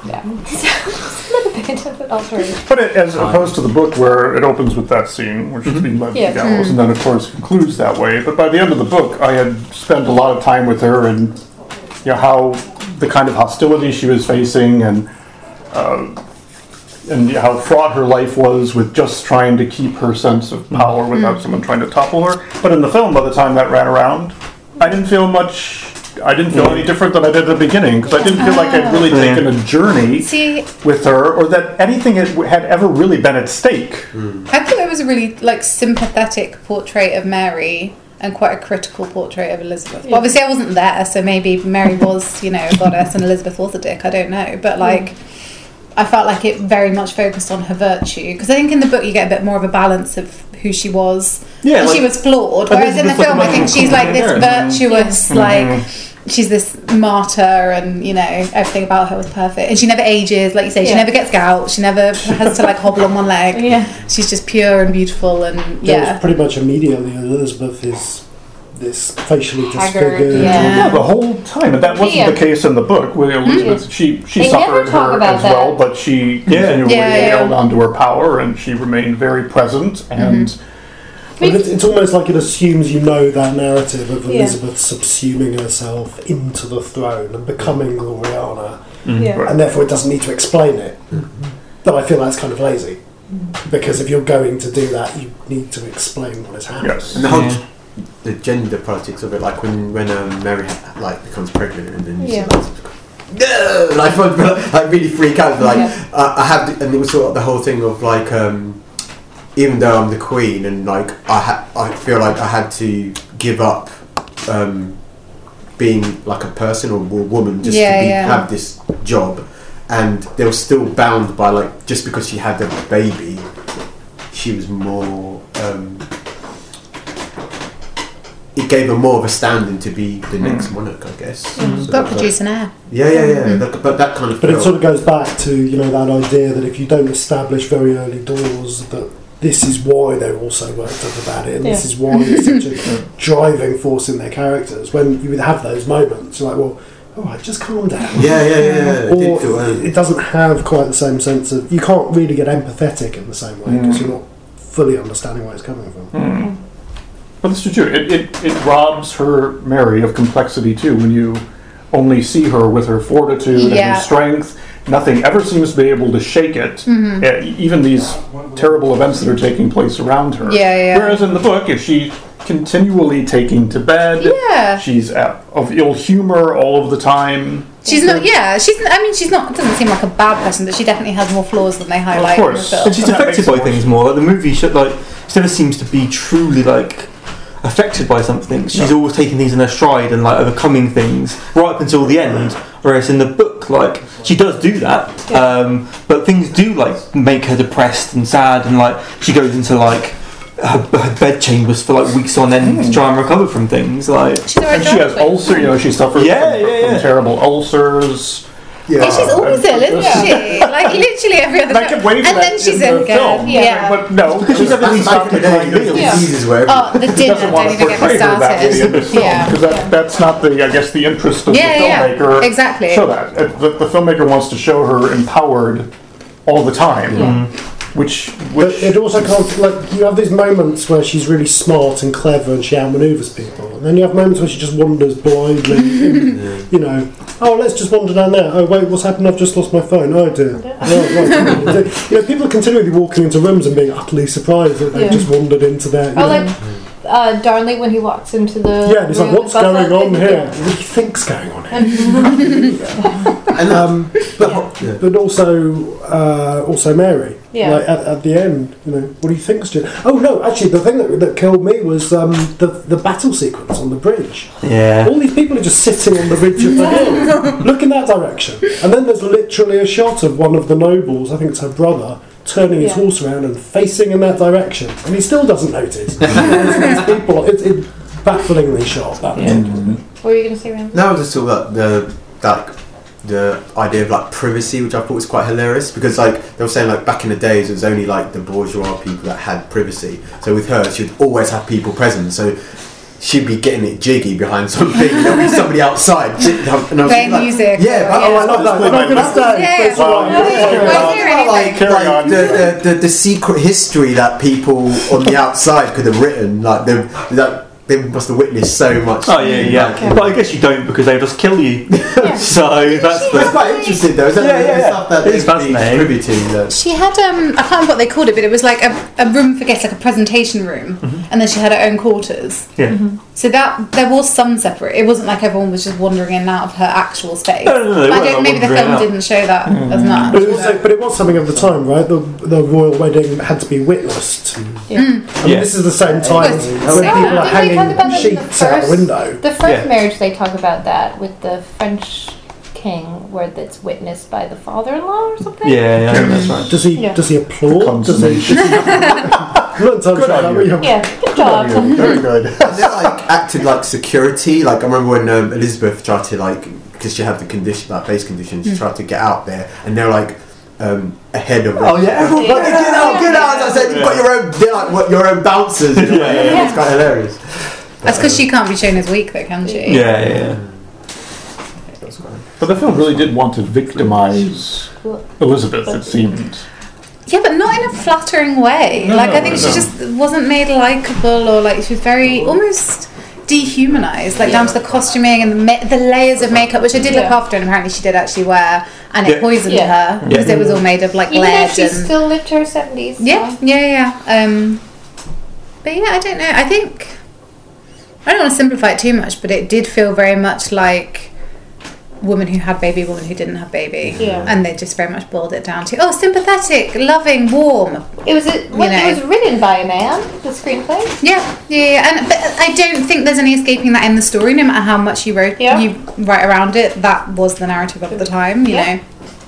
Yeah. a little bit of an alteration. But it, as opposed to the book where it opens with that scene, which is being led Yeah. to Gallows, and then of course concludes that way. But by the end of the book, I had spent a lot of time with her and you know how the kind of hostility she was facing and uh, and how fraught her life was with just trying to keep her sense of power without someone trying to topple her. But in the film, by the time that ran around, I didn't feel much. I didn't feel any different than I did at the beginning because I didn't feel like I'd really Yeah. taken a journey See, with her or that anything had had ever really been at stake. Mm-hmm. I thought it was a really like sympathetic portrait of Mary and quite a critical portrait of Elizabeth. Well, obviously, I wasn't there, so maybe Mary was, you know, a goddess and Elizabeth was a dick. I don't know, Hmm. but like. I felt like it very much focused on her virtue because I think in the book you get a bit more of a balance of who she was. Yeah, and she like- was flawed. Whereas in the Elizabeth was film, I think much she's like this more virtuous, Yeah. Mhm. like she's this martyr, and you know everything about her was perfect. And she never ages, like you say, she Yeah. never gets gout, she never has to like hobble on one leg. Yeah. she's just pure and beautiful, and It was yeah. pretty much immediately Elizabeth is this facially Haggard, disfigured. yeah. Yeah, the whole time, and that wasn't Yeah. the case in the book. Where Elizabeth, she Mm-hmm. she They never suffered talk her about as well, that. but she continually Yeah, yeah. held onto her power, and she remained very present. And But it's, it's almost like it assumes you know that narrative of Yeah. Elizabeth subsuming herself into the throne and becoming Gloriana, Yeah. and therefore it doesn't need to explain it. But I feel that's kind of Mm. lazy because if you're going to do that, you need to explain what has happened. yes, And the whole the gender politics of it, like when when um, Mary like becomes pregnant and then Yeah. she's like, "No!" and I felt like really freak out. Like Yeah. I, I have, the, and it was sort of the whole thing of like, um, even though I'm the queen, and like I ha- I feel like I had to give up. Um, being like a person or a woman just Yeah, to be, yeah. have this job and they were still bound by like just because she had a baby she was more um, it gave her more of a standing to be the Hmm. next monarch I guess So Got it's produce an air. like- yeah yeah yeah that- but that kind of But it felt- sort of goes back to you know that idea that if you don't establish very early doors that this is why they're all so worked up about it, and this Yeah. is why it's such a driving force in their characters. When you would have those moments, you're like, well, all right, just calm down. Yeah, yeah, yeah, yeah, it did Or feel uh, that. it doesn't have quite the same sense of you can't really get empathetic in the same way Mm. because you're not fully understanding where it's coming from. But this is true. It, it, it robs her, Mary, of complexity too when you only see her with her fortitude and Yeah. her strength. Nothing ever seems to be able to shake it. Mhm. Eh, even these terrible events that are taking place around her. Yeah, yeah. Whereas in the book, if she continually taking to bed, Yeah. she's at, of ill humor all of the time. She's not. Yeah, she's. I mean, she's not. Doesn't seem like a bad person, but she definitely has more flaws than they highlight. In the film. And she's affected by things more. Like the movie, should, like she never seems to be truly like affected by something. She's always taking things in her stride and like overcoming things right up until the end. Whereas in the book, like she does do that, um, but things do like make her depressed and sad, and like she goes into like. Her, her bed chambers for like weeks on end to try and recover from things like and she has ulcer. You know, she suffers Yeah, from, yeah, from yeah. terrible ulcers. Yeah, she's always ill, isn't she? Like literally every other. They time. kept waiting for and that then she's in the in good. film. Yeah. But no, because she's Back- everything back stopped in the day, declining. there was Yeah. diseases where Oh, the dinner. doesn't want Don't to even get portray me her that way in started. this film Yeah. because that, that's not the I guess the interest of Yeah, the yeah, filmmaker. exactly. Show that Uh, the, the filmmaker wants to show her empowered all the time, which But it also can't like you have these moments where she's really smart and clever and she outmaneuvers people, and then you have moments where she just wanders blindly. in, you know, oh let's just wander down there. Oh wait, what's happened? I've just lost my phone. Oh dear. Oh, right. you know, people are continually walking into rooms and being utterly surprised that they've Yeah. just wandered into their. you know. Oh, like uh, Darnley when he walks into the yeah, and it's like room what's with going Bella, on they- here? What do you think's going on? and um But, but also uh, also Mary. Yeah. Like at, at the end, you know, what do you think, Stu? Oh no, actually, the thing that, that killed me was um, the the battle sequence on the bridge. Yeah. All these people are just sitting on the ridge of the hill, look in that direction, and then there's literally a shot of one of the nobles. I think it's her brother. Turning his Yeah. horse around and facing in that direction, and he still doesn't notice. These people, it's it, bafflingly shot. That particular bit. What were you going to say, Ramsey? No, I was just talking about the like the idea of like privacy, which I thought was quite hilarious because like they were saying like back in the days it was only like the bourgeois people that had privacy. So with her, she'd always have people present. So she'd be getting it jiggy behind something. There'll be somebody outside. She- And I was just Playing like, music. Yeah, but oh, I love that. Play I'm my not gonna stay. Yeah. It's all right. No, Yeah. you won't hear About, like, anything. Carry like on. the, the, the, the secret history that people on the outside could have written, like they that they must have witnessed so much. oh yeah yeah but I guess you don't because they'll just kill you so that's That's the quite interesting though. Is that Yeah, the yeah, yeah. stuff that It is they've been fascinating. contributing that? She had um I can't remember what they called it, but it was like a, a room for guests, like a presentation room, Mm-hmm. and then she had her own quarters. yeah So that there was some separate. It wasn't like everyone was just wandering in and out of her actual space. No, no, no, they But I weren't don't, like maybe the wandering film out. Mm. didn't show that as But much. it, was, but it was something of the time, right? The, the royal wedding had to be witnessed. Yeah. I mean, Yeah. this is the same time Yes. when people Same. are Didn't we talk about hanging that in the sheets out the first- window. The first Yeah. marriage they talk about that with the French king, where that's witnessed by the father-in-law or something. yeah, yeah that's right Does he? Yeah. Does he applaud? Does he? consummation. Look, Tom, Good shut on up, you. we have- Yeah, good job. Very good. And they like acted like security. Like I remember when um, Elizabeth tried to like because she had the condition, that face condition, she tried to get out there, and they're like. Um, ahead of Oh, yeah, everyone- like, get out, get out! As I said, you've got your own, they're like what, your own bouncers. In a way. Yeah. It's quite hilarious. That's because she can't be shown as weak, though, can she? yeah yeah, yeah. But the film really did want to victimize Elizabeth. It seemed. Yeah, but not in a flattering way. No, like no, I think no, she no. just wasn't made likable, or like she was very almost dehumanized, like down to the costuming and the, ma- the layers of makeup, which I did look Yeah. after, and apparently she did actually wear, and it Yeah. poisoned Yeah. her because Yeah. it was all made of like Even though lead she and still lived her seventies. yeah, yeah, yeah. Um, but yeah, I don't know. I think I don't want to simplify it too much, but it did feel very much like woman who had baby, woman who didn't have baby. Yeah. And they just very much boiled it down to oh, sympathetic, loving, warm. It was a, well, it was written by a man. The screenplay. Yeah, yeah, yeah. and but I don't think there's any escaping that in the story. No matter how much you wrote, you write around it. That was the narrative of the time, you Yeah. know.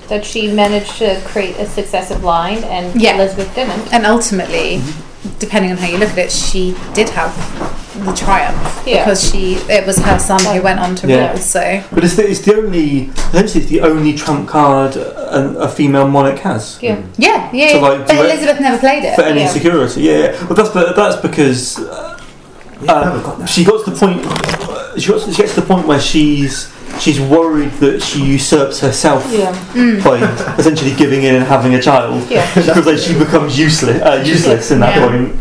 That she managed to create a successive line, and Yeah. Elizabeth didn't. And ultimately, depending on how you look at it, she did have the triumph Yeah. because she it was her son who went on to Yeah. rule. So But it's the, it's the only, essentially, it's the only trump card a, a female monarch has. yeah, yeah, yeah. So, yeah. like, but do it Elizabeth never played it for any yeah. security. Yeah, yeah. Well, that's but that's because uh, uh, she got to the point. She, got, she gets to the point where she's she's worried that she usurps herself Yeah. Mm. by essentially giving in and having a child. Yeah. She feels like she becomes useless. Uh, useless in that Yeah. point.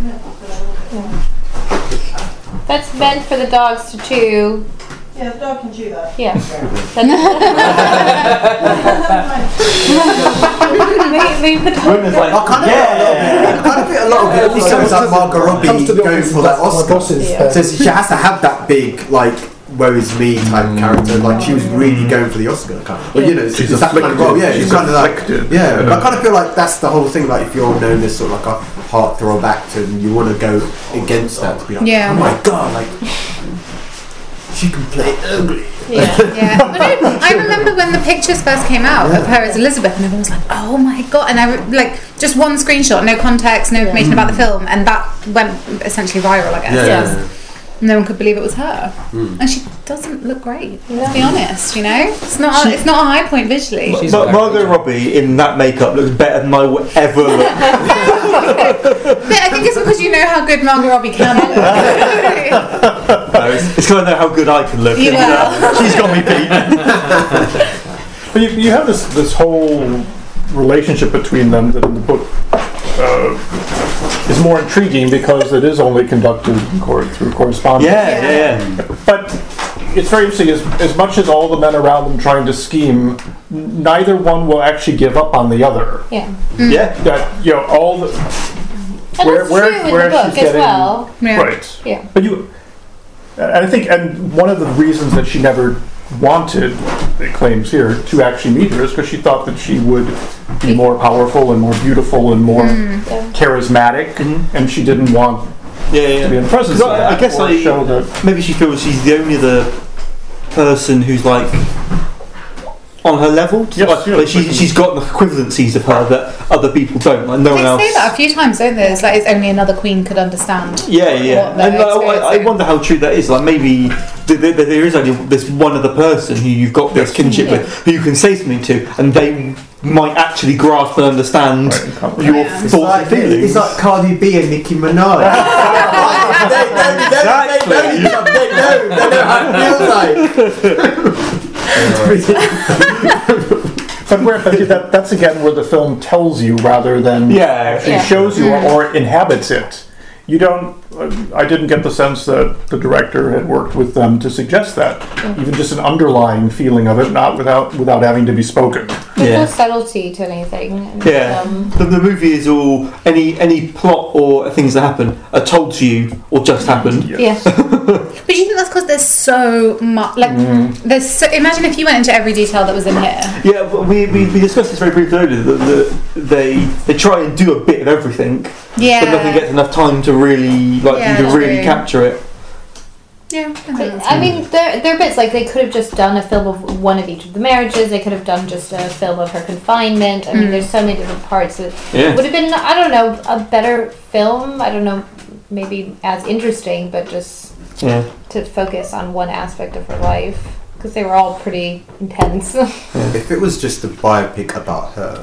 That's meant for the dogs to chew. Yeah, the dog can chew that. Yeah. That's- Leave- leave the dog. I kind of yeah. feel a little bit. I kind of feel a little bit. At least someone like Margot Robbie going for that Oscar. Yeah. So she has to have that big like. Where is me type Mm. character? Like she was really going for the Oscar, kind of. Well, you know, She's it's that kind of afflicted. role. Yeah, She's she's kind of like, afflicted. yeah. Yeah. I kind of feel like that's the whole thing. Like if you're known as sort of like a heartthrob actor, and you want to go against that to be like, Yeah. oh my god, like she can play ugly. Yeah. Well, no, I remember when the pictures first came out of her as Elizabeth, and everyone was like, "Oh my god!" And I re- like just one screenshot, no context, no information about the film, and that went essentially viral. I guess. No one could believe it was her, Mm. and she doesn't look great. Let's be honest, you know, it's not She- it's not a high point visually. Mar- Margot Robbie in that makeup looks better than I will ever look. But I think it's because you know how good Margot Robbie can look. No, it's because I know how good I can look. You and, uh, she's got me beat. But you, you have this this whole relationship between them that in the book uh, is more intriguing because it is only conducted in cor- through correspondence. Yeah, yeah, But it's very interesting. As, as much as all the men around them trying to scheme, n- neither one will actually give up on the other. Yeah. Yeah. That you know all the. And that's true in the book as well. Yeah. Right. Yeah. But you, and I think, and one of the reasons that she never wanted, it claims here, to actually meet her is because she thought that she would be more powerful and more beautiful and more Mm. Yeah. charismatic, and she didn't want yeah, yeah. to be in the presence of Because that Mm-hmm. I, I guess or I, show that. maybe she feels she's the only other person who's like on her level. Yes, like, like she, she's got the equivalencies of her that other people don't. Like no They one else. say that a few times, don't they? It's like it's only another queen could understand. Yeah, yeah. What they're And I, I, I wonder how true that is. Like maybe th- th- th- there is only this one other person who you've got this kinship with, who you can say something to, and they might actually grasp and understand your thoughts and feelings. It's like Cardi B and Nicki Minaj. Exactly. But where, but that, that's again where the film tells you rather than Yeah. actually Yeah. shows you or, Mm. or inhabits it. You don't. I didn't get the sense that the director had worked with them to suggest that, even just an underlying feeling of it, not without without having to be spoken. There's no subtlety to anything. And, Yeah, Um, the, the movie is all any any plot or things that happen are told to you or just happened. Yeah. but you think that's because there's so much. Like, Mm. there's so, imagine if you went into every detail that was in here. Yeah, but we, we, we discussed this very briefly earlier that, that they they try and do a bit of everything, Yeah. but nothing gets enough time to really like Yeah, you to that's really true. capture it. Yeah. I mean, there, there are bits like they could have just done a film of one of each of the marriages. They could have done just a film of her confinement. I mean, Mm. there's so many different parts. It Yeah. would have been, I don't know, a better film. I don't know, maybe as interesting, but just Yeah. to focus on one aspect of her life because they were all pretty intense. If it was just a biopic about her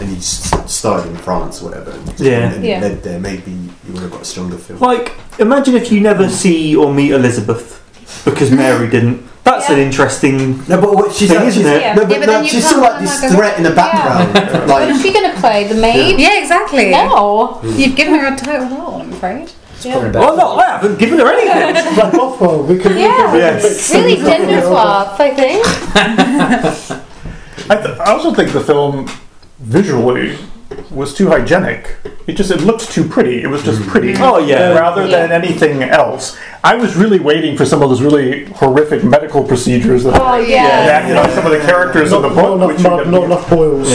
and you just started in France or whatever, and Yeah. and Yeah. led there, maybe you would have got a stronger film. Like imagine if you never see or meet Elizabeth because Mary didn't. That's an interesting no, but what she's she's thing, like- isn't she's- it? yeah. No, but Yeah, but no, then you she's still can't like this like a- threat in the background, uh, like- what is she going to play? The maid? Yeah, exactly. No. You've given her a title role, I'm afraid. Oh no, I haven't given her anything. like Bothwell, we could Yeah. Yes. Really gender swap, I think. I, th- I also think the film visually was too hygienic. It just it looked too pretty. It was just pretty. Oh, yeah. Rather than anything else, I was really waiting for some of those really horrific medical procedures that Oh, yeah. that, you know, some of the characters in the book. which you never Not enough boils.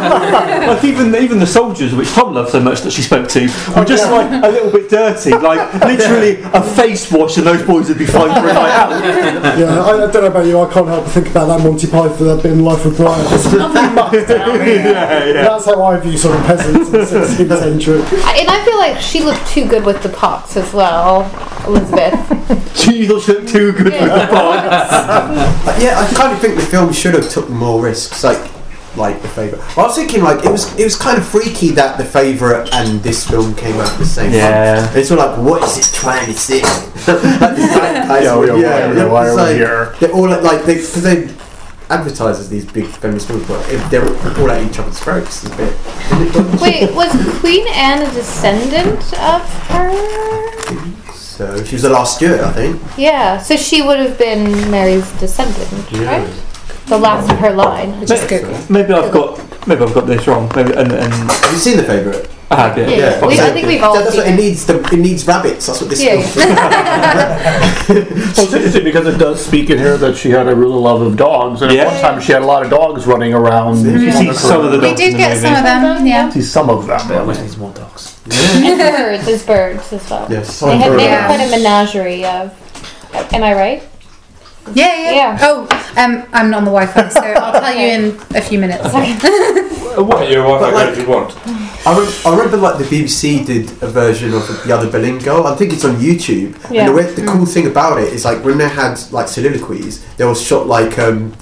like even even the soldiers, which Tom loved so much that she spoke to, Oh, were just like a little bit dirty. Like literally a face wash, and those boys would be fine for a night out. yeah, I, I don't know about you. I can't help but think about that Monty Python in Life of Brian. There's nothing much down here. Yeah, yeah. That's how I view sort of peasants in the 16th century. And I feel like she looked too good with the pox as well, Elizabeth. she looked too good with the But yeah, I kind of think the film should have took more risks, like like the favorite. I was thinking like it was it was kind of freaky that the favorite and this film came out at the same Yeah. time. It's all like what is it twenty six? yeah, we are- we are- it's we are like, here. They're all at, like they because they advertise as these big feminist films, but if they're all at each other's throats a bit. Wait, was Queen Anne a descendant of her? So she was the last Stuart, I think. Yeah, so she would have been Mary's descendant, right? The last of her line. Maybe I've got maybe I've got this wrong. Maybe and, and have you seen the favourite? I have, yeah. Yeah, yeah. We- I think we've all That- that's what seen it needs. The, it needs rabbits. That's what this Yeah. film. Well, it's interesting because it does speak in here that she had a real love of dogs, and at one time she had a lot of dogs running around. You on see the some of the curb. We did get some of them, yeah. See some of them. Yeah, which more dogs. And birds, there's birds as well. Yes. They had, they had Birds. quite a menagerie of. Am I right? Yeah, yeah. Oh, um, I'm not on the Wi-Fi, so I'll tell you in a few minutes. Uh, What your wife like, do you want? I, re- I remember like the BBC did a version of the other Berlin Girl. I think it's on YouTube. Yeah. Mm. And the, way, the cool thing about it is like when they had like soliloquies, they all shot like um,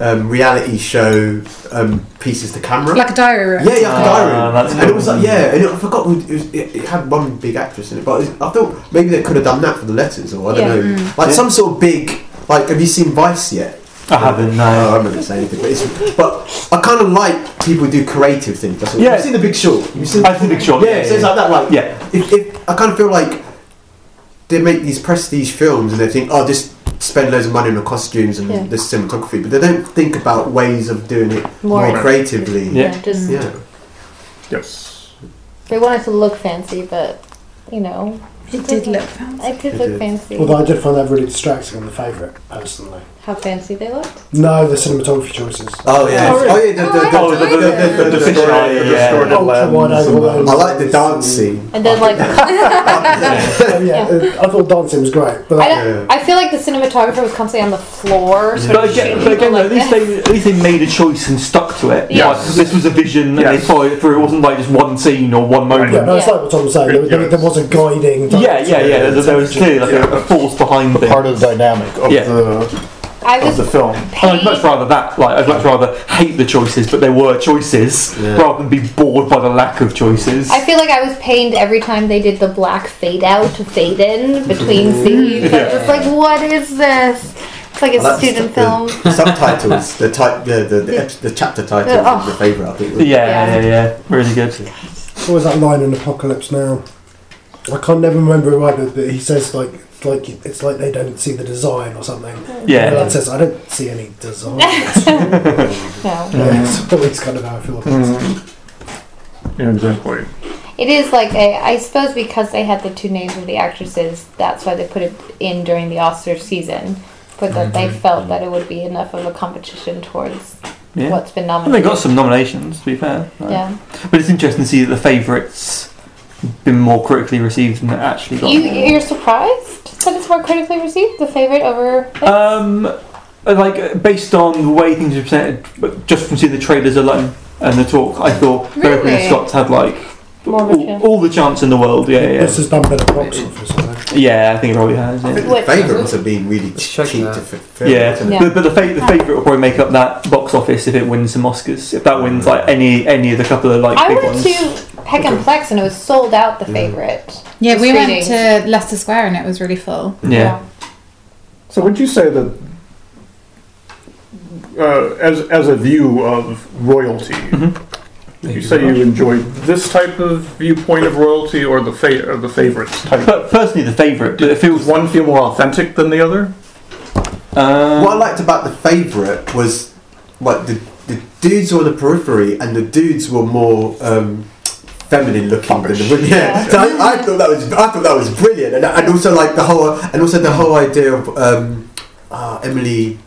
um, reality show um, pieces to camera. like a diary room. yeah, yeah, like a diary. room. Ah, that's and it was like yeah, and it, I forgot who- it, was, it, it had one big actress in it, but it was- I thought maybe they could have done that for the letters or I don't Yeah. know, Mm. like Yeah. some sort of big like. Have you seen Vice yet? Oh, I haven't. No, I haven't really saying anything, but, it's, but I kind of like people who do creative things. That's all. Yeah. You've seen the Big Short. You've seen I've seen The Big Short, Yeah, yeah, so it's yeah. like that. Like, yeah, if, if, I kind of feel like they make these prestige films and they think, oh, just spend loads of money on the costumes and Yeah. the cinematography, but they don't think about ways of doing it More- more, creatively. Yeah, Yeah. just- yeah. Yes. They wanted to look fancy, but, you know. It did look fancy. It did It look did. fancy. Although I did find that really distracting on the favourite, personally. How fancy they looked. No, the cinematography choices. Oh yeah, really? oh yeah, the- the- Oh, the- I the- like the- it. the- The distorted- the distorted- the yeah. distorted Ultra wide lens. angle lens. I like the dance scene. And then, like. Oh, yeah, uh, I thought dancing was great, but I, that, don't, I feel like the cinematographer was constantly on the floor. Sort But of again, shooting but again people though, at like least they at least they made a choice and stuck to it. Yeah. Like, this was a vision, and they followed it through. It wasn't like just one scene or one moment. yeah, no, it's like what Tom was saying. There, there, there was a guiding. Yeah, yeah, yeah. There, there was clearly like a, a force behind the part of the dynamic of the I of the film. And I'd much rather that. Like I'd much rather hate the choices, but there were choices, rather than be bored by the lack of choices. I feel like I was pained every time they did the black fade out to fade in between scenes. I was like, what is this? It's like a Well, that's student the- film. the subtitles, the type, the the, the, ep- the chapter titles, Yeah, oh. is the favorite. I think. Yeah, yeah, yeah. Really good. What was that line in Apocalypse Now? I can't never remember it either, but he says like it's like it's like they don't see the design or something. Yeah. And that says I don't see any design. No. Yeah, it's always kind of how I feel about it. Mm-hmm. Yeah, exactly. It is like a, I suppose because they had the two names of the actresses, that's why they put it in during the Oscar season. But that they Mm-hmm. felt that it would be enough of a competition towards Yeah. what's been And they nominated. got some nominations, to be fair. Like, Yeah. But it's interesting to see that the favourites been more critically received than it actually got. You, you're surprised that it's more critically received? The favorite over. Um, like based on the way things are presented, but just from seeing the trailers alone and the talk, I thought Berkeley and Really? Scott had like More of a chance. all, all the chance in the world. Yeah, yeah, This yeah. has done better box office. I think. Yeah, I think it probably has. I Yeah, think What- the favorite must have been really cheap to fit. film, yeah. isn't it? But, but the, fa- the favourite will probably make up that box office if it wins some Oscars. If that wins like any any of the couple of like I big went ones. to Peck and Plex and it was sold out. The favorite. Yeah, The we went screenings. to Leicester Square and it was really full. Yeah. So would you say that uh, as as a view of royalty, would Mm-hmm. you say you enjoyed this type of viewpoint of royalty or the fa- or the favorites type? But personally, the favorite. But it feels one feel more authentic than the other. Um, what I liked about the favourite was like the, the dudes were on the periphery, and the dudes were more um, feminine looking than the women. Yeah. So I, I thought that was I thought that was brilliant, and, and also like the whole and also the whole idea of um, uh, Emily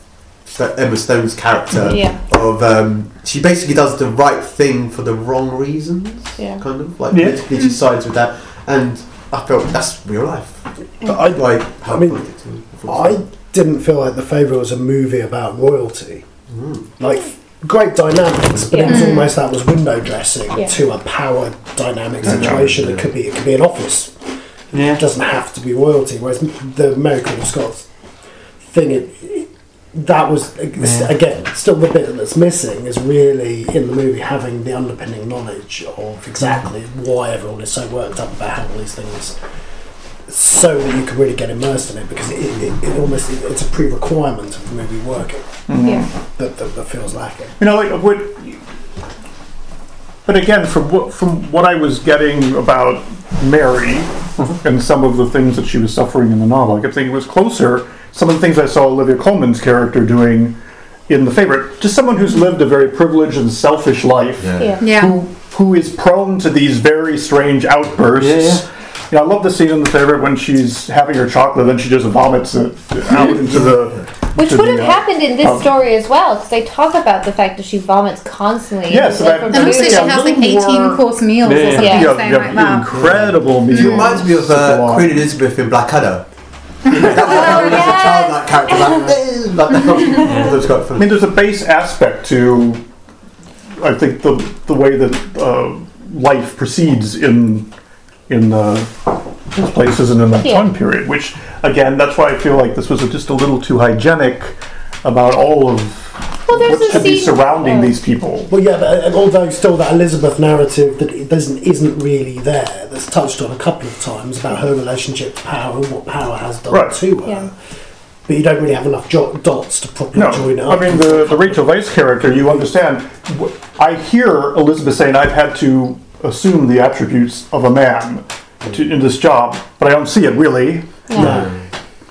St- Emma Stone's character Yeah. of um, she basically does the right thing for the wrong reasons. Yeah. Kind of like Yeah. politically she sides with that, and I felt that's real life. But I- like how I mean, politics is- I didn't feel like The Favourite was a movie about royalty. Mm. Like, great dynamics, but it was Yeah. Mm. almost that was window dressing Yeah. to a power dynamic Dynamic, situation. yeah. It could be it could be an office. Yeah. It doesn't have to be royalty. Whereas the American of Scots thing, it, that was Yeah. again still the bit that's missing is really in the movie having the underpinning knowledge of exactly why everyone is so worked up about how all these things so that you can really get immersed in it because it, it, it almost it, it's a pre-requirement of the movie working Mhm. Yeah. that, that, that feels lacking You know, like, what, but again, from what from what I was getting about Mary Mm-hmm. and some of the things that she was suffering in the novel, I kept thinking it was closer. Some of the things I saw Olivia Coleman's character doing in *The Favorite*, just someone who's lived a very privileged and selfish life, Yeah. Yeah. Yeah. who who is prone to these very strange outbursts. Yeah, yeah. You know, I love the scene in *The Favorite* when she's having her chocolate and she just vomits it out into the. Which to would the, have uh, happened in this Um, out- story as well, because they talk about the fact that she vomits constantly. Yes, It's like and from the I- And also, movie. she has like 18 course meals or something insane like that. incredible It reminds me of uh, Queen Elizabeth in Blackadder. That character, like, like that. Elizabeth's got I mean, there's a base aspect to, I think, the the way that uh, life proceeds in in uh, those places and in that Yeah. time period. Which, again, that's why I feel like this was just a little too hygienic about all of what should be surrounding these people. well yeah but, and although still that Elizabeth narrative that it doesn't, isn't really there that's touched on a couple of times about her relationship to power and what power has done Right. to her but you don't really have enough jo- dots to properly No, join it I up mean the, the Rachel Weisz character. You understand? wh- I hear Elizabeth saying, "I've had to assume the attributes of a man to, in this job, but I don't see it really." No.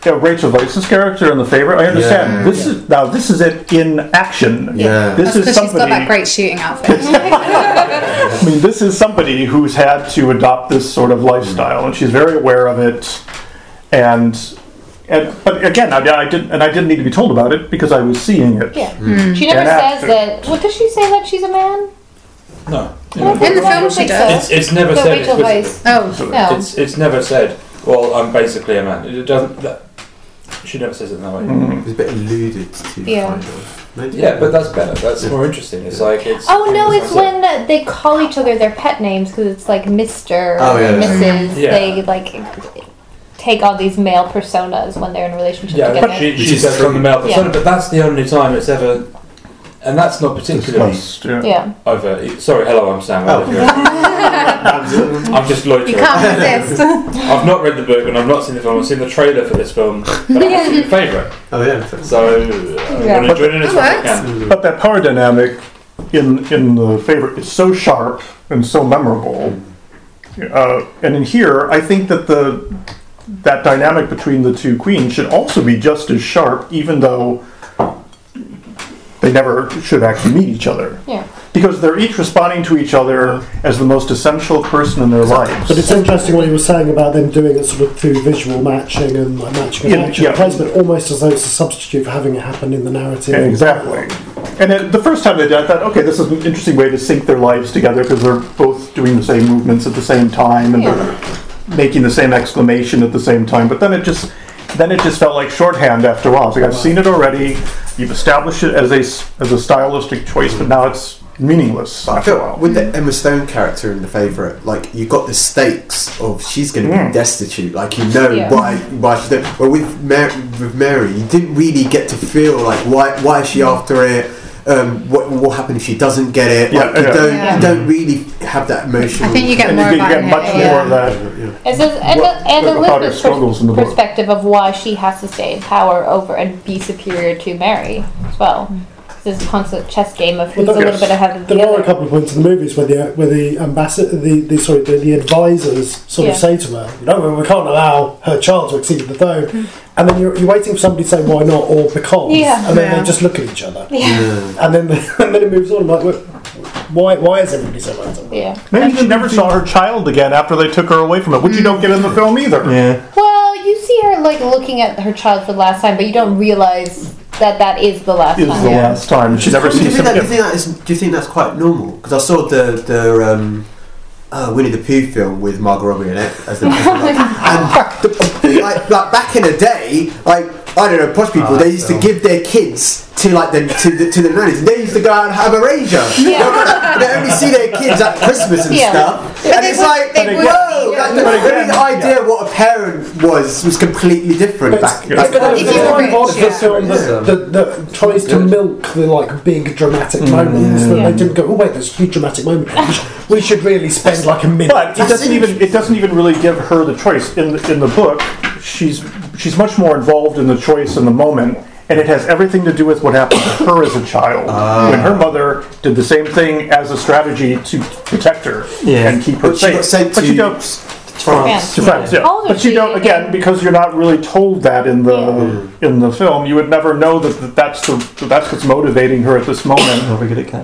Yeah, Rachel Weisz's character in the favorite. I understand. Yeah. This is now. This is it in action. Yeah. This That's is because she's got that somebody. great shooting outfit. I mean, this is somebody who's had to adopt this sort of lifestyle, and she's very aware of it. And, and but again, I, I didn't, and I didn't need to be told about it because I was seeing it. Yeah. She never And says after- that. What does she say that she's a man? No. don't think so. I don't think so. It's, it's never But said. Rachel explicitly. Weisz. Oh, no. It's, it's never said, well, I'm basically a man. It doesn't. That, she never says it in that way. Mm. It was a bit alluded to. Yeah. Kind of. Maybe- Yeah, but that's better. That's more interesting. It's like it's. Oh no, it's like- when they call each other their pet names because it's like Mister Oh, yeah, or yeah. Mrs. Yeah. They like take on these male personas when they're in a relationship Yeah, together. but she, she says from the male persona, but that's the only time it's ever. And that's not particularly Discussed, yeah. Yeah. over. Sorry, hello, I'm Sam. Oh. I'm just loitering. You can't resist. I've not read the book and I've not seen the film. I've seen the trailer for this film, but I haven't seen the favourite. Oh yeah. So uh, I'm Yeah. going to enjoy it as much as I can. But that power dynamic in in the favorite is so sharp and so memorable. Uh, and in here, I think that the that dynamic between the two queens should also be just as sharp, even though they never should actually meet each other. Yeah. Because they're each responding to each other as the most essential person in their lives. But it's interesting what you were saying about them doing it sort of through visual matching and like matching Yeah, and matching yeah. placement, almost as though it's a substitute for having it happen in the narrative. Exactly. And then the first time they did, it, I thought, okay, this is an interesting way to sync their lives together because they're both doing the same movements at the same time and they're making the same exclamation at the same time. But then it just, then it just felt like shorthand after a while. It's like I've seen it already. You've established it as a s- as a stylistic choice, but now it's meaningless I after a feel while. with the Emma Stone character in The Favourite, like you got the stakes of she's going to Mm. be destitute. Like you know Yeah. why why she's there. But with Mary, with Mary, you didn't really get to feel like why why is she after it. Um, what what will happen if she doesn't get it? Like, Yeah, you yeah. don't Yeah. you don't really have that emotional. I think you get And you more get- you about get her, much more yeah. of that. It says, and, What- and what about her Elizabeth's struggles in the book? perspective of why she has to stay in power over and be superior to Mary as well. This constant chess game of who's Well, a little yes. bit ahead of the There are a other. couple of points in the movies where the where the ambassador, the, the sorry, the, the advisors sort Yeah. Hmm. of say to her, "You know, we can't allow her child to exceed the throne," and then you're, you're waiting for somebody to say why not or because, Yeah. and then Yeah. they just look at each other, Yeah. Yeah. and then and then it moves on. I'm like, "Well, why why is everybody so random? Yeah. Maybe she never saw her child again after they took her away from it, which you don't get in the film either. Yeah. Well, you see her like looking at her child for the last time, but you don't realize that that is the last It was time. the last time she's ever do seen you think him that, do you again. think that is, Do you think that's quite normal? Because I saw the the um, uh, Winnie the Pooh film with Margot Robbie in it as the and like, like back in the day, like I don't know, posh people they used to give their kids to like the to the to the nannies. They used to go out and have a rager. Yeah. they only see their kids at Christmas and Yeah. stuff, But and they it's would- like they would- whoa, yeah. like, the, But again, the idea of what a parent was was completely different back. It's back kind of then. the kind of odd film that, that, that tries to milk the like big dramatic moments that Yeah. they didn't go. Oh wait, there's a huge dramatic moment. We should, we should really spend like a minute. But it doesn't even it doesn't even really give her the choice in the, in the book. She's she's much more involved in the choice in the moment, and it has everything to do with what happened to her as a child Ah. when her mother did the same thing as a strategy to protect her Yeah. and keep her But she safe. got sent but you to don't. France. To France, yeah. Yeah. Older But you don't again because you're not really told that in the in the film. You would never know that, that that's the that that's what's motivating her at this moment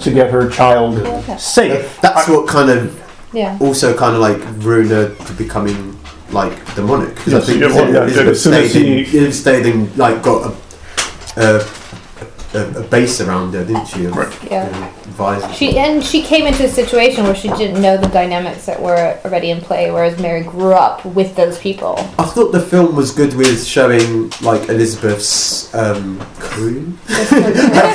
to get her child safe. That's what kind of Yeah. also kind of like ruined her to becoming like demonic. Because I Yes, think yeah, well, yeah, Elizabeth as soon as stayed in- he- Elizabeth stayed in like got a a, a, a base around her, didn't she? Right. Yeah. Visor. She and she came into a situation where she didn't know the dynamics that were already in play, whereas Mary grew up with those people. I thought the film was good with showing like Elizabeth's um, crew.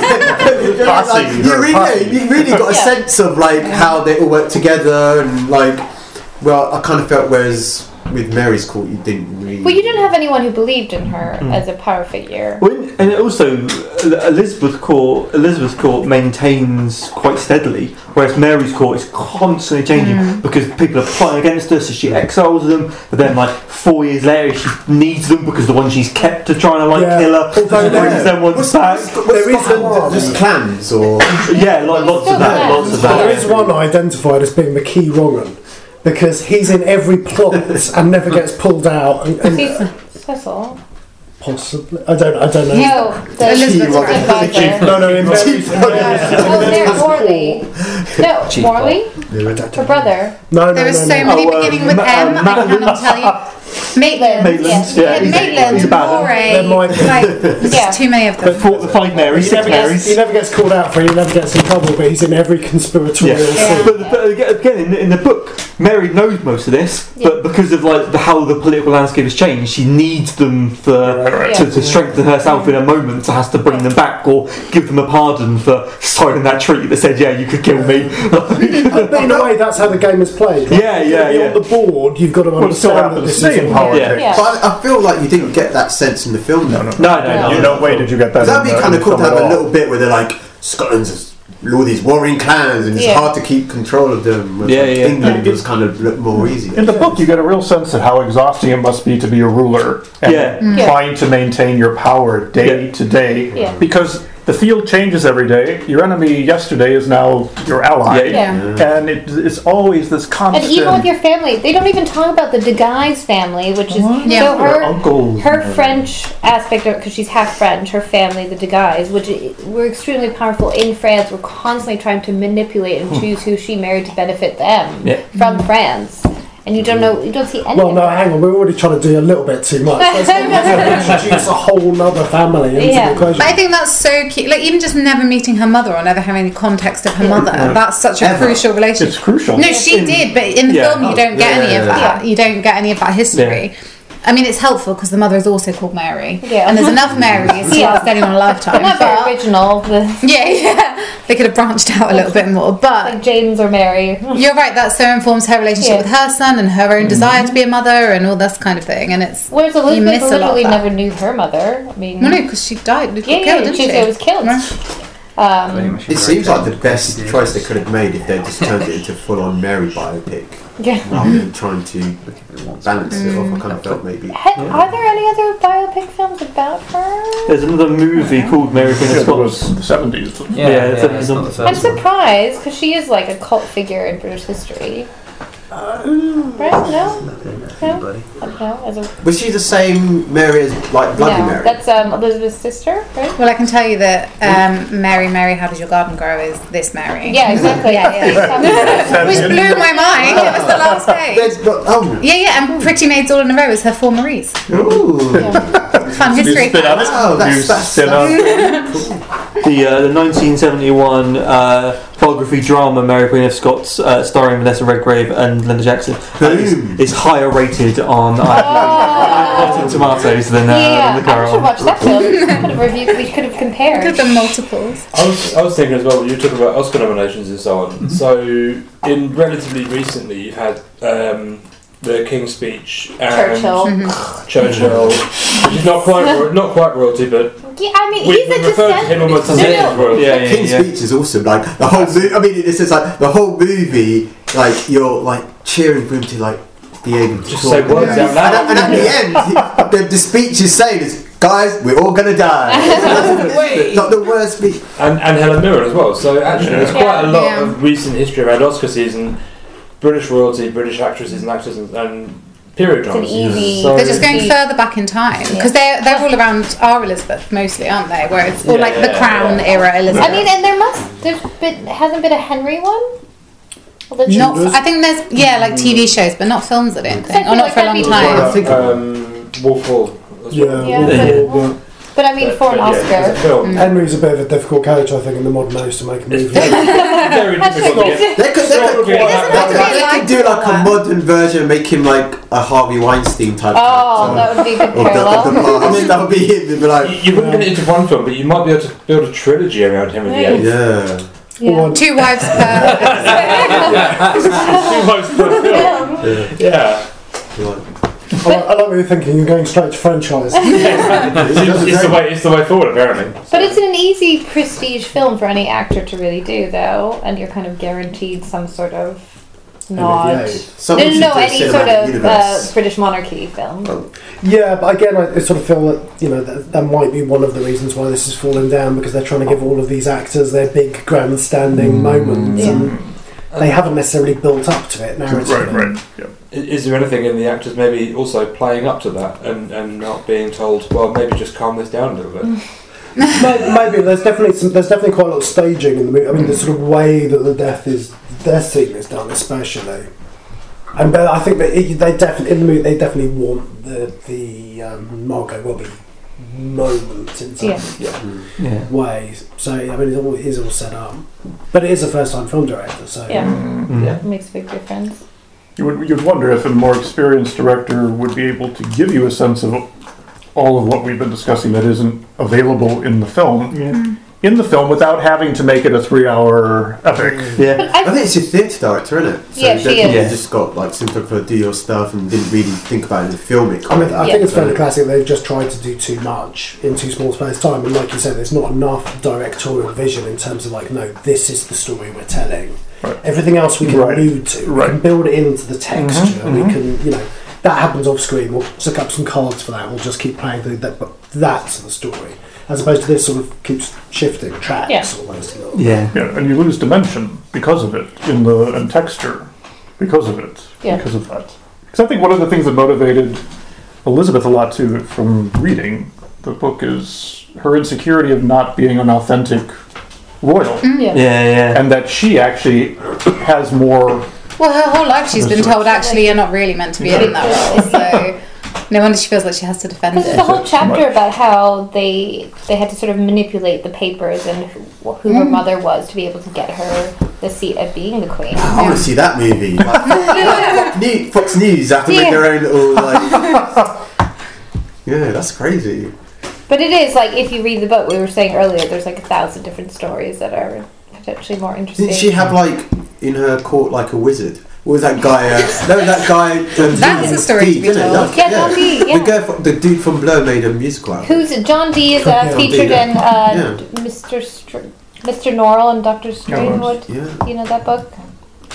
Posse, Like, you her really, posse. you really got a sense of like how they all work together and like. Well, I kind of felt whereas with Mary's court, you didn't really. Well, you didn't have anyone who believed in her Mm. as a power figure. Well, and also El- Elizabeth Court, Elizabeth Court maintains quite steadily, whereas Mary's Court is constantly changing Mm. because people are plotting against her, so she exiles them. But then, like four years later, she needs them because the one she's kept are trying to like kill her. so she brings them one back. There is just clans or yeah, like lots of that, lots of that. There is one identified as being the key wrong'un because he's in every plot and never gets pulled out. And, and She's Cecil. possibly, I don't, I don't know. No, the Elizabeth's her advisor. No, no, in Mary's- Oh, there, Morley. No, Chief Morley, her brother. No, no, There no, are so no. many beginning with M. I cannot tell you. Maitland. Maitland, Yes. yeah, Yeah, he's- Maitland. he's a bad one. There Moray. might Like, be. there's just too many of them. the five Marys, he six never, Marys. gets, he never gets called out for it, he never gets in trouble, but he's in every conspiratorial Yeah. scene. But, but aga- again, in the, in the book, Mary knows most of this, but because of like the, how the political landscape has changed, she needs them for right. to, Yeah. to strengthen herself in a moment. So has to bring them back or give them a pardon for signing that treaty that said, "Yeah, you could kill me." But in a way, that's how the game is played. right? Yeah, If you're yeah, gonna be yeah. On the board, you've got to Well, it's still understand that happens this to is see in politics. Yeah. Yeah. But I, I feel like you didn't get that sense in the film, though. No, no, no. You know, wait, did you get that? That'd in be the- kind of in cool to film have at a all? little bit where they're like, Scotland's just all these warring clans, and it's Yeah. hard to keep control of them. whereas, Yeah, like, yeah. England was kind of look more easy. In the book, you get a real sense of how exhausting it must be to be a ruler and Yeah. Mm. Yeah. trying to maintain your power day to day Yeah. because the field changes every day. Your enemy yesterday is now your ally, Yeah. Yeah. and it, it's always this And constant. even with your family, they don't even talk about the De Guise family, which is so Your her uncle, her French aspect of because she's half French, her family, the De Guise, which i- were extremely powerful in France, were constantly trying to manipulate and Hmm. choose who she married to benefit them Yeah. from France, and you don't know, you don't see any. Well, of no, that. hang on, we're already trying to do a little bit too much. Let's not introduce a whole other family into the But equation. I think that's so cute. Like even just never meeting her mother or never having any context of her mother. Yeah. That's such a Ever. crucial relationship. It's crucial. No, she In- did, but in the Yeah. film you don't get any of Yeah. that. You don't get any of that history. I mean, it's helpful because the mother is also called Mary, Yeah. and there's enough Marys to Yeah. last anyone a lifetime. Not very original. Yeah, yeah. They could have branched out a little bit more, but like James or Mary. You're right. That so informs her relationship Yeah. with her son and her own desire to Mm-hmm. be a mother and all this kind of thing. And it's Whereas you Elizabeth miss a lot of literally that. never knew her mother. I mean, Well, no, because she died. yeah, killed, yeah, didn't she, she? was killed. Um, It seems like the best choice they could have made if they just turned it into full on Mary biopic. Yeah. Rather than trying to balance it off, I kind of Mm. felt maybe. Heck, Are there any other biopic films about her? There's another movie called Mary Queen of Yeah, that Scots. was the seventies. Yeah, yeah, it's not the I'm surprised because she is like a cult figure in British history. Uh, Right? No? No? Uh, No? As a, Was she the same Mary as like Bloody no. Mary? That's um, Elizabeth's sister, right? Well, I can tell you that Mm. um, Mary, Mary, how does your garden grow? Is this Mary? Yeah, exactly. Um, yeah, yeah. Which blew my mind. It was the last page. oh. Yeah, yeah, and Pretty Maids All in a Row is her four Maries. Ooh. Fun history. spit out. facts. You spit out. the uh, the 1971 uh, biography drama Mary Queen of Scots, uh, starring Vanessa Redgrave and Linda Jackson, is, is higher rated on IMDb Rotten Tomatoes than, uh, yeah, than the I should Carol. watch that film. We could have reviewed, we could have compared. Look at the multiples. I was, I was thinking as well, when you talk about Oscar nominations and so on. So, in relatively recently, you've had um, the King's Speech and Churchill. Um, Churchill, which is not quite ro- not quite royalty, but Yeah, I mean, we, he's a we refer to him almost as descendant. his royalty. King's Speech is awesome. Like the whole movie. I mean, it's just like the whole movie. Like you're like cheering for him to like be able to Just talk. say words out And, loud. at- and at the end, he, the, the speech is saying is, "Guys, we're all gonna die." It's Not the worst speech. and, and Helen Mirren as well. So actually, there's Yeah. quite a lot Yeah. of recent history around Oscar season, British royalty, British actresses and actors, and, and period It's an E dramas. easy- So- They're just going further back in time because they're they're all around our Elizabeth mostly, aren't they? Where it's all Yeah, like the yeah, Crown yeah. era Elizabeth. I mean, and there must have been, hasn't been a Henry one? Well, the- not. I think there's yeah, like TV shows, but not films. I don't think, or not for a long Well, I time. think um, Wolf Hall. as well. Yeah, Yeah. But I mean, for an yeah, it's a Oscar. Mm. film. Henry's a bit of a difficult character, I think, in the modern age to make a movie. Very difficult. difficult. They could, they could, they could- they could do like a modern version, and make him like a Harvey Weinstein type. Oh, that would be a good Or the, parallel. the past. that would be him. They'd be like, You wouldn't get it into one film, but you might be able to build a trilogy around him at the end. Yeah. Two wives Yeah. yeah. I, like, I like what you're thinking, you're going straight to franchise. It's, it's the way, it's the way forward, apparently. But it's an easy prestige film for any actor to really do, though, and you're kind of guaranteed some sort of nod. No, Someone no, should no, do a any sort cinematic of uh, universe. British monarchy film. Yeah, but again, I I sort of feel that you know that, that might be one of the reasons why this is falling down because they're trying to give all of these actors their big grandstanding moments, and they haven't necessarily built up to it narratively. I- Is there anything in the actors maybe also playing up to that and, and not being told, well, maybe just calm this down a little bit? May- Maybe there's definitely some, there's definitely quite a lot of staging in the movie. I mean, the sort of way that the death is the death scene is done, especially. And but I think that it, they definitely in the movie they definitely want the the um, Margot Robbie moment in some Yeah. Yeah. way. So I mean, it all, it is all set up, but it is a first time film director, so Yeah. Yeah. Makes a big difference. You would you'd wonder if a more experienced director would be able to give you a sense of all of what we've been discussing that isn't available in the film. In the film without having to make it a three hour epic. Yeah. I think it's your theatre director, isn't it? Yeah, she definitely is. just got like simple for do your stuff and didn't really think about it in the film. It I mean, I kinda- think it's fairly classic. They've just tried to do too much in too small a space of time, and like you said, there's not enough directorial vision in terms of like, no, this is the story we're telling. Everything else we can Right. Mm-hmm. allude to, we can build it into the texture. We can, you know, that happens off screen. We'll stick up some cards for that. We'll just keep playing through that, but that's the story. As opposed to this sort of keeps shifting tracks Yeah. almost. Yeah. Yeah, and you lose dimension because of it in the and texture because of it. Yeah. Because of that. Because I think one of the things that motivated Elizabeth a lot too from reading the book is her insecurity of not being an authentic royal. Yeah. yeah. And that she actually has more Well, her whole life she's been told actually you're not really meant to be in that role, so no wonder she feels like she has to defend Because it. there's a whole chapter about how they they had to sort of manipulate the papers and who, who her mother was to be able to get her the seat of being the queen. I want to see that movie. Like, New- Fox News have to make their own little like. yeah, that's crazy. But it is like if you read the book, we were saying earlier, there's like a thousand different stories that are potentially more interesting. Didn't she have like in her court like a wizard? What was that guy? Uh, no, that guy. Um, That's Dee, a story to Dee, be isn't it? told. That's- Yeah, John Dee, yeah. The, girl from, the dude from Blur made a musical out. of it. Who's John Dee is Yeah. uh, John Dee, featured yeah. in uh, Yeah. d- Mr. Str- Mr. Norrell and Doctor Strangewood. Yeah. You know that book?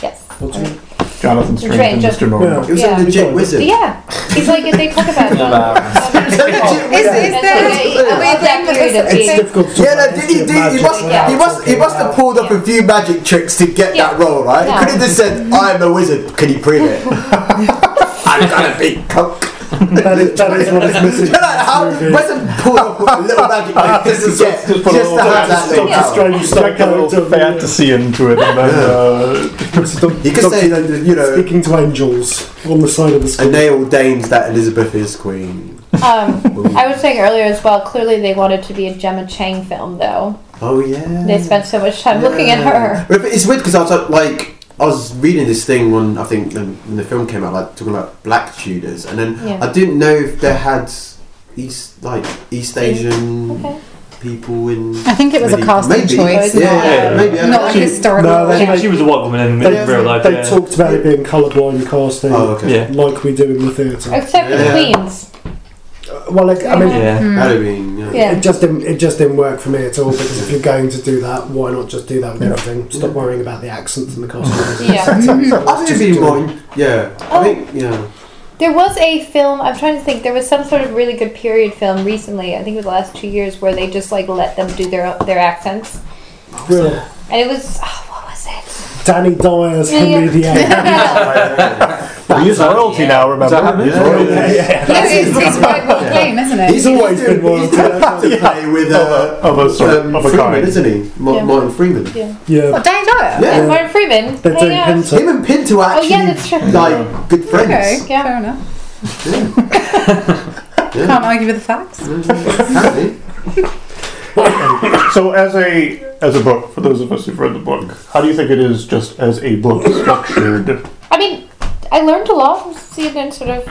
Yes. What's it? Jonathan Strange and Strange, Mr. Norman. It was a Yeah. legit wizard. Yeah, he's like if they talk about. Is- is there- Of that period of being- difficult Yeah, no, did he, do he, must, he, must, he must have pulled up a few magic tricks to get that role, right? Yeah. He could have just said, I'm a wizard, can you prove it? I'm gonna be coke. that is, that is what is missing. like, how, Wizard pulled up a little magic trick just to get, just put a to little have that Doctor thing out. Strange stuck a little fantasy into it, and then uh, You could say that, you know, speaking to angels on the side of the and they ordained that Elizabeth is queen. Um, I was saying earlier as well. Clearly, they wanted to be a Gemma Chang film, though. Oh, yeah. They spent so much time looking at her. But It's weird because I was like, like, I was reading this thing when I think when, when the film came out, like talking about black Tudors, and then Yeah. I didn't know if they had East like East Asian people in. I think it was a maybe- casting maybe. choice, Yeah, not- yeah, maybe. I don't not know. a historical. No, they- She was a white woman in They, real life. they yeah. talked about it being colourblind Oh, casting, okay. like we do in the theatre. Except for the Queens. Well, like, I mean, Yeah. Mm. That'd be, yeah. it just didn't, it just didn't work for me at all. Because if you're going to do that, why not just do that with everything? Stop worrying about the accents and the costumes. Yeah. I think it'd be more. Yeah, I think yeah. There was a film. I'm trying to think. There was some sort of really good period film recently. I think it was the last two years where they just like let them do their their accents, Real and it was oh, what was it? Danny Dyer's Henry VIII. Well, he's royalty now, remember? Yeah, yeah. Yes, it's, it's quite well claim, isn't it? He's always been royalty. To play with uh, of a sort um, of a Freeman, kind. isn't he? Ma- Yeah. Martin Freeman. Yeah. Yeah. What, Danny Dyer? Yeah. And Martin Freeman. They're Hey, doing uh, Pinto. Him and Pinto Oh actually yeah, that's true. like good friends. Okay, fair enough. Can't argue with the facts. So, as a as a book, for those of us who've read the book, how do you think it is just as a book structured? I mean, I learned a lot from Stephen. Sort of,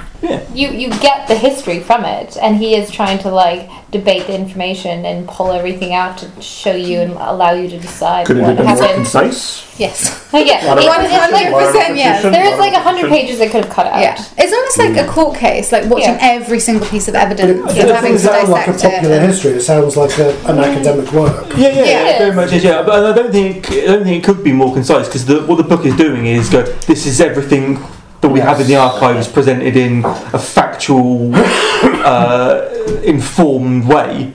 you you get the history from it, and he is trying to like debate the information and pull everything out to show you and allow you to decide Could it what have been more happened. concise? Yes. Like, yeah, Lot of it- repetition, it's like lot of percent, yeah. repetition, There lot is of like hundred repetition. pages they could have cut out. Yeah, it's almost like a court case, like watching Yeah. every single piece of evidence It and doesn't having to sound like a dissect it. popular history. It sounds like a, an academic work. Yeah, yeah, Yeah. yeah, very much is. Yeah, but I don't think I don't think it could be more concise because the, what the book is doing is go. This is everything that we have in the archives presented in a factual, uh, informed way.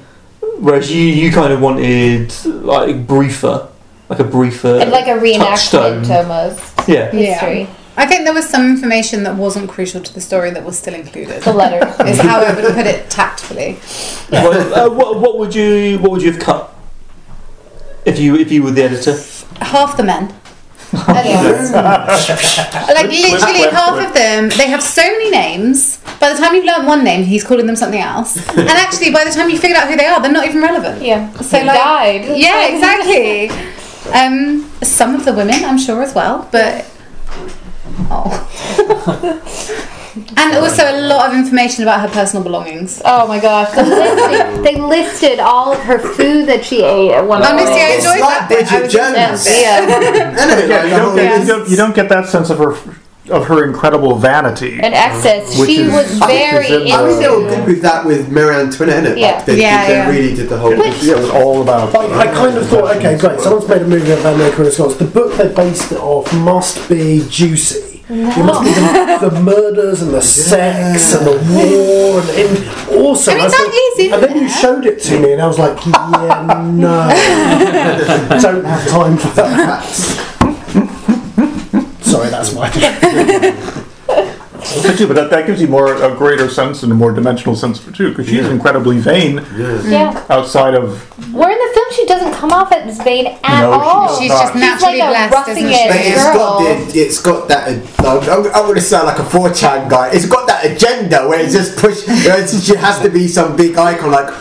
Whereas you, you kind of wanted like briefer, like a briefer, And like a touchstone. reenactment almost. Yeah. History. I think there was some information that wasn't crucial to the story that was still included. The letters. is how I would put it tactfully. Well, uh, what, what would you what would you have cut if you if you were the editor? Half the men. like literally flip, half of them they have so many names by the time you've learned one name he's calling them something else and actually by the time you figured out who they are they're not even relevant Yeah. so They like, died. yeah exactly um, some of the women I'm sure as well but oh and also a lot of information about her personal belongings Oh my gosh. They listed, they listed all of her food that she ate at one Honestly, point. I enjoyed that. bit. I Bridget was obsessed. Jones. Yeah. Yeah, you don't, get, you, Yes. don't, you don't get that sense of her of her incredible vanity. And excess. Which she is- was which is very in the- I mean, they were into good with that with Mary Antoinette, innit? Yeah. Like, they, Yeah, they yeah. really did the whole. Yeah, it was all about. I, I kind of thought, okay, great, someone's made a movie about America and Scots. The book they based it off must be juicy. It must be the, the murders and the sex and the war and, and awesome. I mean, said- that is in and then you showed it to me and I was like, yeah, no. Don't have time for that. Sorry, that's my. But too, but that, that gives you more a greater sense and a more dimensional sense for too, because she's incredibly vain Yeah. outside of Where in the film she doesn't come off as vain at No, she all. does She's just naturally like a blessed, isn't roughing she? But it. it's got Girl. the, it's got that. uh, I'm, I'm going to sound like a 4chan guy. It's got that agenda where it's just push. where it's- She has to be some big icon like.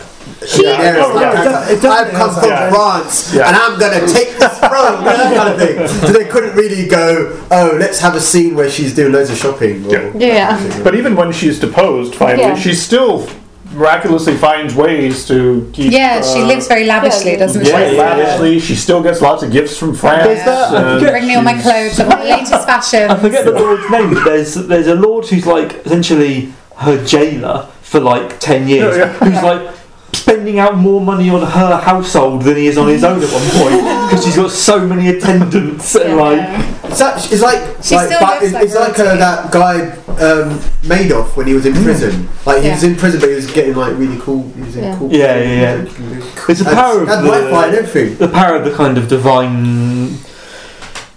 yeah, there is oh, like, yeah, it does- it does- I've come from yeah. France Yeah. and I'm gonna take this throne, you know, that kind of thing. So they couldn't really go. Oh, let's have a scene where she's doing loads of shopping. Or, Yeah. But even when she's deposed, finally, Yeah. she still miraculously finds ways to keep. yeah she uh, lives very lavishly Yeah. doesn't she quite lavishly. She still gets lots of gifts from France. and bring me all my clothes I want the latest fashion I forget the lord's name, but there's there's a lord who's like essentially her jailer for like ten years, Yeah, yeah. who's like. spending out more money on her household than he is on his own at one point because she's got so many attendants and like it's, act- it's like She like, still back- looks it's like it's like uh, that guy um, Madoff when he was in prison. Like Mm. he Yeah. was in prison, but he was getting like really cool. He was in Yeah. cool. Yeah, yeah, yeah. It's the And- power of and the, Wi-Fi and everything. the power of the kind of divine.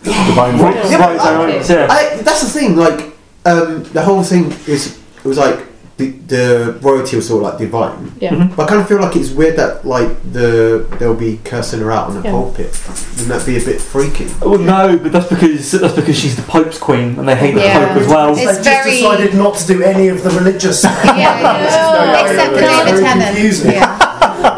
Divine Right, rights, yeah, but rights, I- rights, yeah. I- that's the thing. Like um, the whole thing is it was like the, the royalty was all like divine. Yeah. Mhm. Mm-hmm. But I kind of feel like it's weird that like the they'll be cursing her out on the Yeah. pulpit. Wouldn't that be a bit freaky? Well, no, but that's because that's because she's the Pope's queen, and they hate the Yeah. Pope as well. They've just decided not to do any of the religious. except It's David very Tennant, confusing.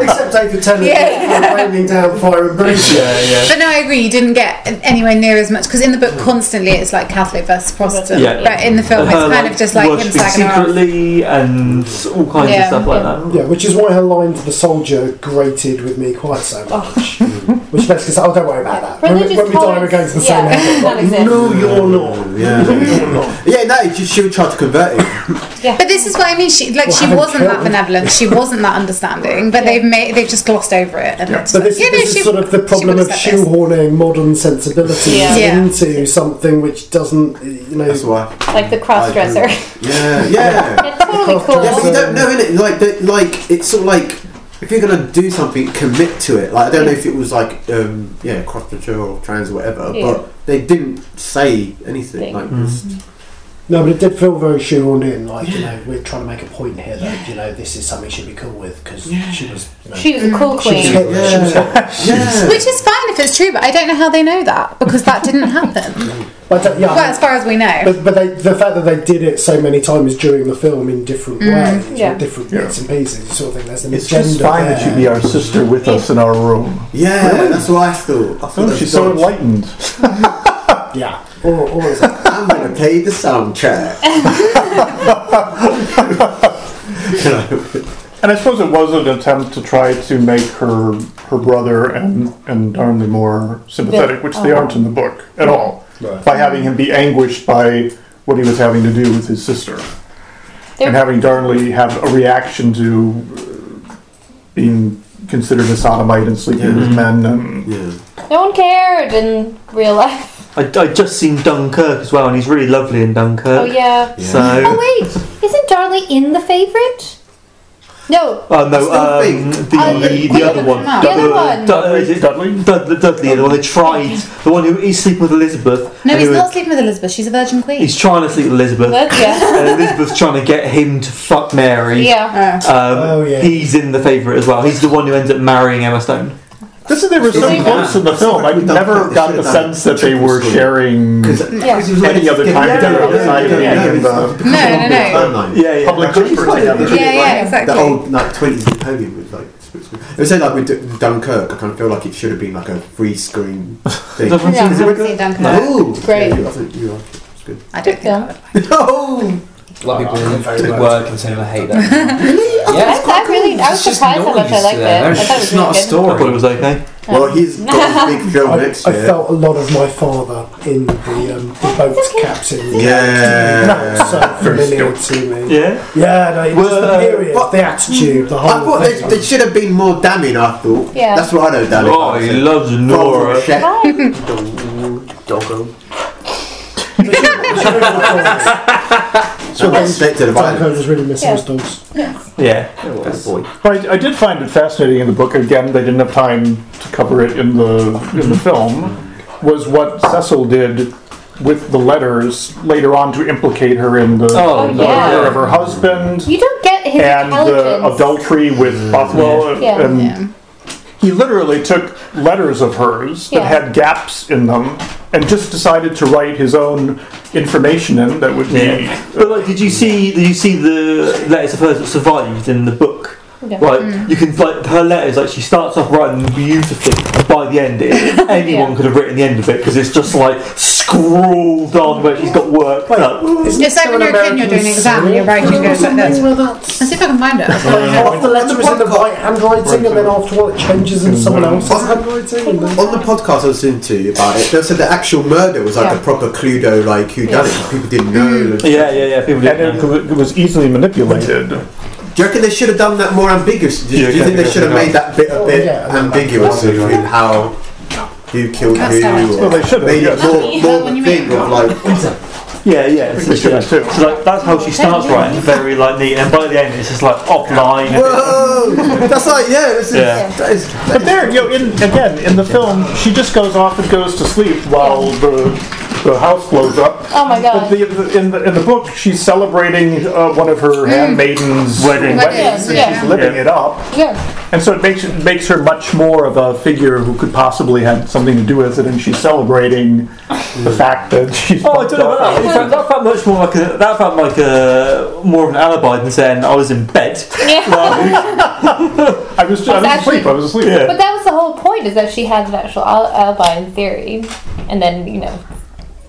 Except David Tennant Yeah. yeah. raining down fire and brimstone. But no, I agree. You didn't get anywhere near as much because in the book, constantly it's like Catholic versus Protestant. Yeah. But in the film, it's Her, kind of just like him worshipping slagging her off. secretly and all kinds Yeah. of stuff like that. Yeah, which is why her line to the soldier grated with me quite so much. which basically said, oh, don't worry about that. When, we- Religious when we die, we're tolerance, going to the yeah, same heaven. that exists. no, you're not. Yeah, yeah. No, she, she would try to convert him. But this is what I mean. She like Well, she haven't wasn't killed that him. benevolent. She wasn't that understanding. But they've made they've just glossed over it. And Yeah. it's But like, this, yeah, no, this she- is sort of the she problem of would've said this. shoehorning modern sensibilities Yeah. Yeah. into something which doesn't, you know. That's why. Like the cross dresser. Yeah, yeah. totally cool. Yeah, but you don't know, innit? Like, that- like it's sort of like if you're gonna do something, commit to it. Like, I don't know if it was like, um, yeah, cross culture or trans or whatever, Yeah. but they didn't say anything. Like, Mm. just- No, but it did feel very shoehorned in. Like, you know, we're trying to make a point here that, you know, this is something she'd be cool with because she was. You know, She was a cool she was- queen. she was- Which is fine if it's true, but I don't know how they know that because that didn't happen. But, uh, yeah, well, as far as we know. But, but they, the fact that they did it so many times during the film in different Mm, ways, yeah. with different bits and pieces, you sort of think there's an It's agenda. just fine there. that you be our sister with us in our room. yeah, that's what I thought. I thought Oh, she's so enlightened. yeah. Or, or is I'm gonna play the soundtrack. And I suppose it was an attempt to try to make her her brother and and Darnley more sympathetic, which they Oh. aren't in the book at all. Right. By having him be anguished by what he was having to do with his sister, and having Darnley have a reaction to uh, being considered a sodomite and sleeping with men. And No one cared in real life. I, I just seen Dunkirk as well, and he's really lovely in Dunkirk. Uh, Oh yeah. So. Oh wait, isn't Darlie in the favorite? No. Oh no, um, the, Oh, the, the- the, other one. The other one. Dudley. Is it Dudley? Dudley, Dudley the one who tried. The one who is sleeping with Elizabeth. no, and he's who- not sleeping with Elizabeth. She's a virgin queen. He's trying to sleep with Elizabeth. That's- yeah. And Elizabeth's trying to get him to fuck Mary. Oh. Yeah. Um, He's in the favourite as well. He's the one who ends up marrying Emma Stone. this is they were so Yeah. close in the film. I never got the sense that they were sharing any other time together outside of being in the. No, no, no. Yeah, yeah. Public transport together. Yeah, yeah, exactly. The old like twenties Napoleon with like. It was saying like with D- Dunkirk, I kind of feel like it should have been like a free screen thing. Yeah, I haven't seen Dunkirk. No. It's great. Yeah, you- I think you like it. It's good. I don't think I would. Oh, No! A lot of people Oh, in very at well. work and saying I hate that. I, I really, I was surprised how much I liked it. I thought it was really good. I thought it was okay. Well, he's got his big film I, next I year. felt a lot of my father in the, um, the Oh, boat's captain. Yeah. That's so Very familiar stoic. to me. Yeah? Yeah, no, it was just the period, the attitude, the whole uh, I thought thing. they, they should have been more damning. I thought. Yeah. That's what I know. Damning. Oh, he loves Nora. Doggo. So Yes. respected about Darko was really missing Yeah. his dogs. Yeah. But I, I did find it fascinating in the book. Again, they didn't have time to cover it in the in the film. Was what Cecil did with the letters later on to implicate her in the, Oh, the yeah. murder of her husband You don't get his and the intelligence. adultery with Bothwell. Yeah. And he literally took letters of hers Yeah. that had gaps in them and just decided to write his own information in that would be. Yeah. But like, did you see? Did you see the letters of hers that survived in the book? Yeah. Like you can like her letters, like she starts off writing them beautifully, and by the end, it, anyone could have written the end of it because it's just like scrawled on where she's got work. up. It's like when you're a kid, you're doing an exam, and you're writing, you go like this. Let's see if I can find it. Half the letter was in the right handwriting, and then after a while it changes in someone else's handwriting. And then... On the podcast I was listening to about it, they said the actual murder was like Yeah. a proper Cluedo, like who done it. People didn't know. Yeah, yeah, yeah. People and it, was- it was easily manipulated. Do you reckon they should have done that more ambiguous? Do, Yeah, do you think they yeah, should have yeah. made that bit a bit Yeah. ambiguous in, in how who killed That's who? how it or is. Well, they should have, Made it yeah. more, more of a thing of like. Yeah, yeah, it's, They should yeah. have too. So like, that's how she starts writing, very like neat, and by the end it's just like offline. Whoa! That's like yeah. This is, Yeah. That is, But there, you know, in, again, in the film, she just goes off and goes to sleep while the, the house blows up. Oh my But god. the, the, in, the, in the book, she's celebrating uh, one of her handmaidens' Mm. Wedding. weddings, Wedding, and she's yeah. living Yeah. it up. Yeah. And so it makes it makes her much more of a figure who could possibly have something to do with it, and she's celebrating the fact that she's. Oh, I don't know about that. In fact, that felt much more like a, that felt like a more of an alibi than saying I was in bed. I was, I was asleep. I was asleep. But that was the whole point is that she had an actual al- alibi in theory. And then, you know,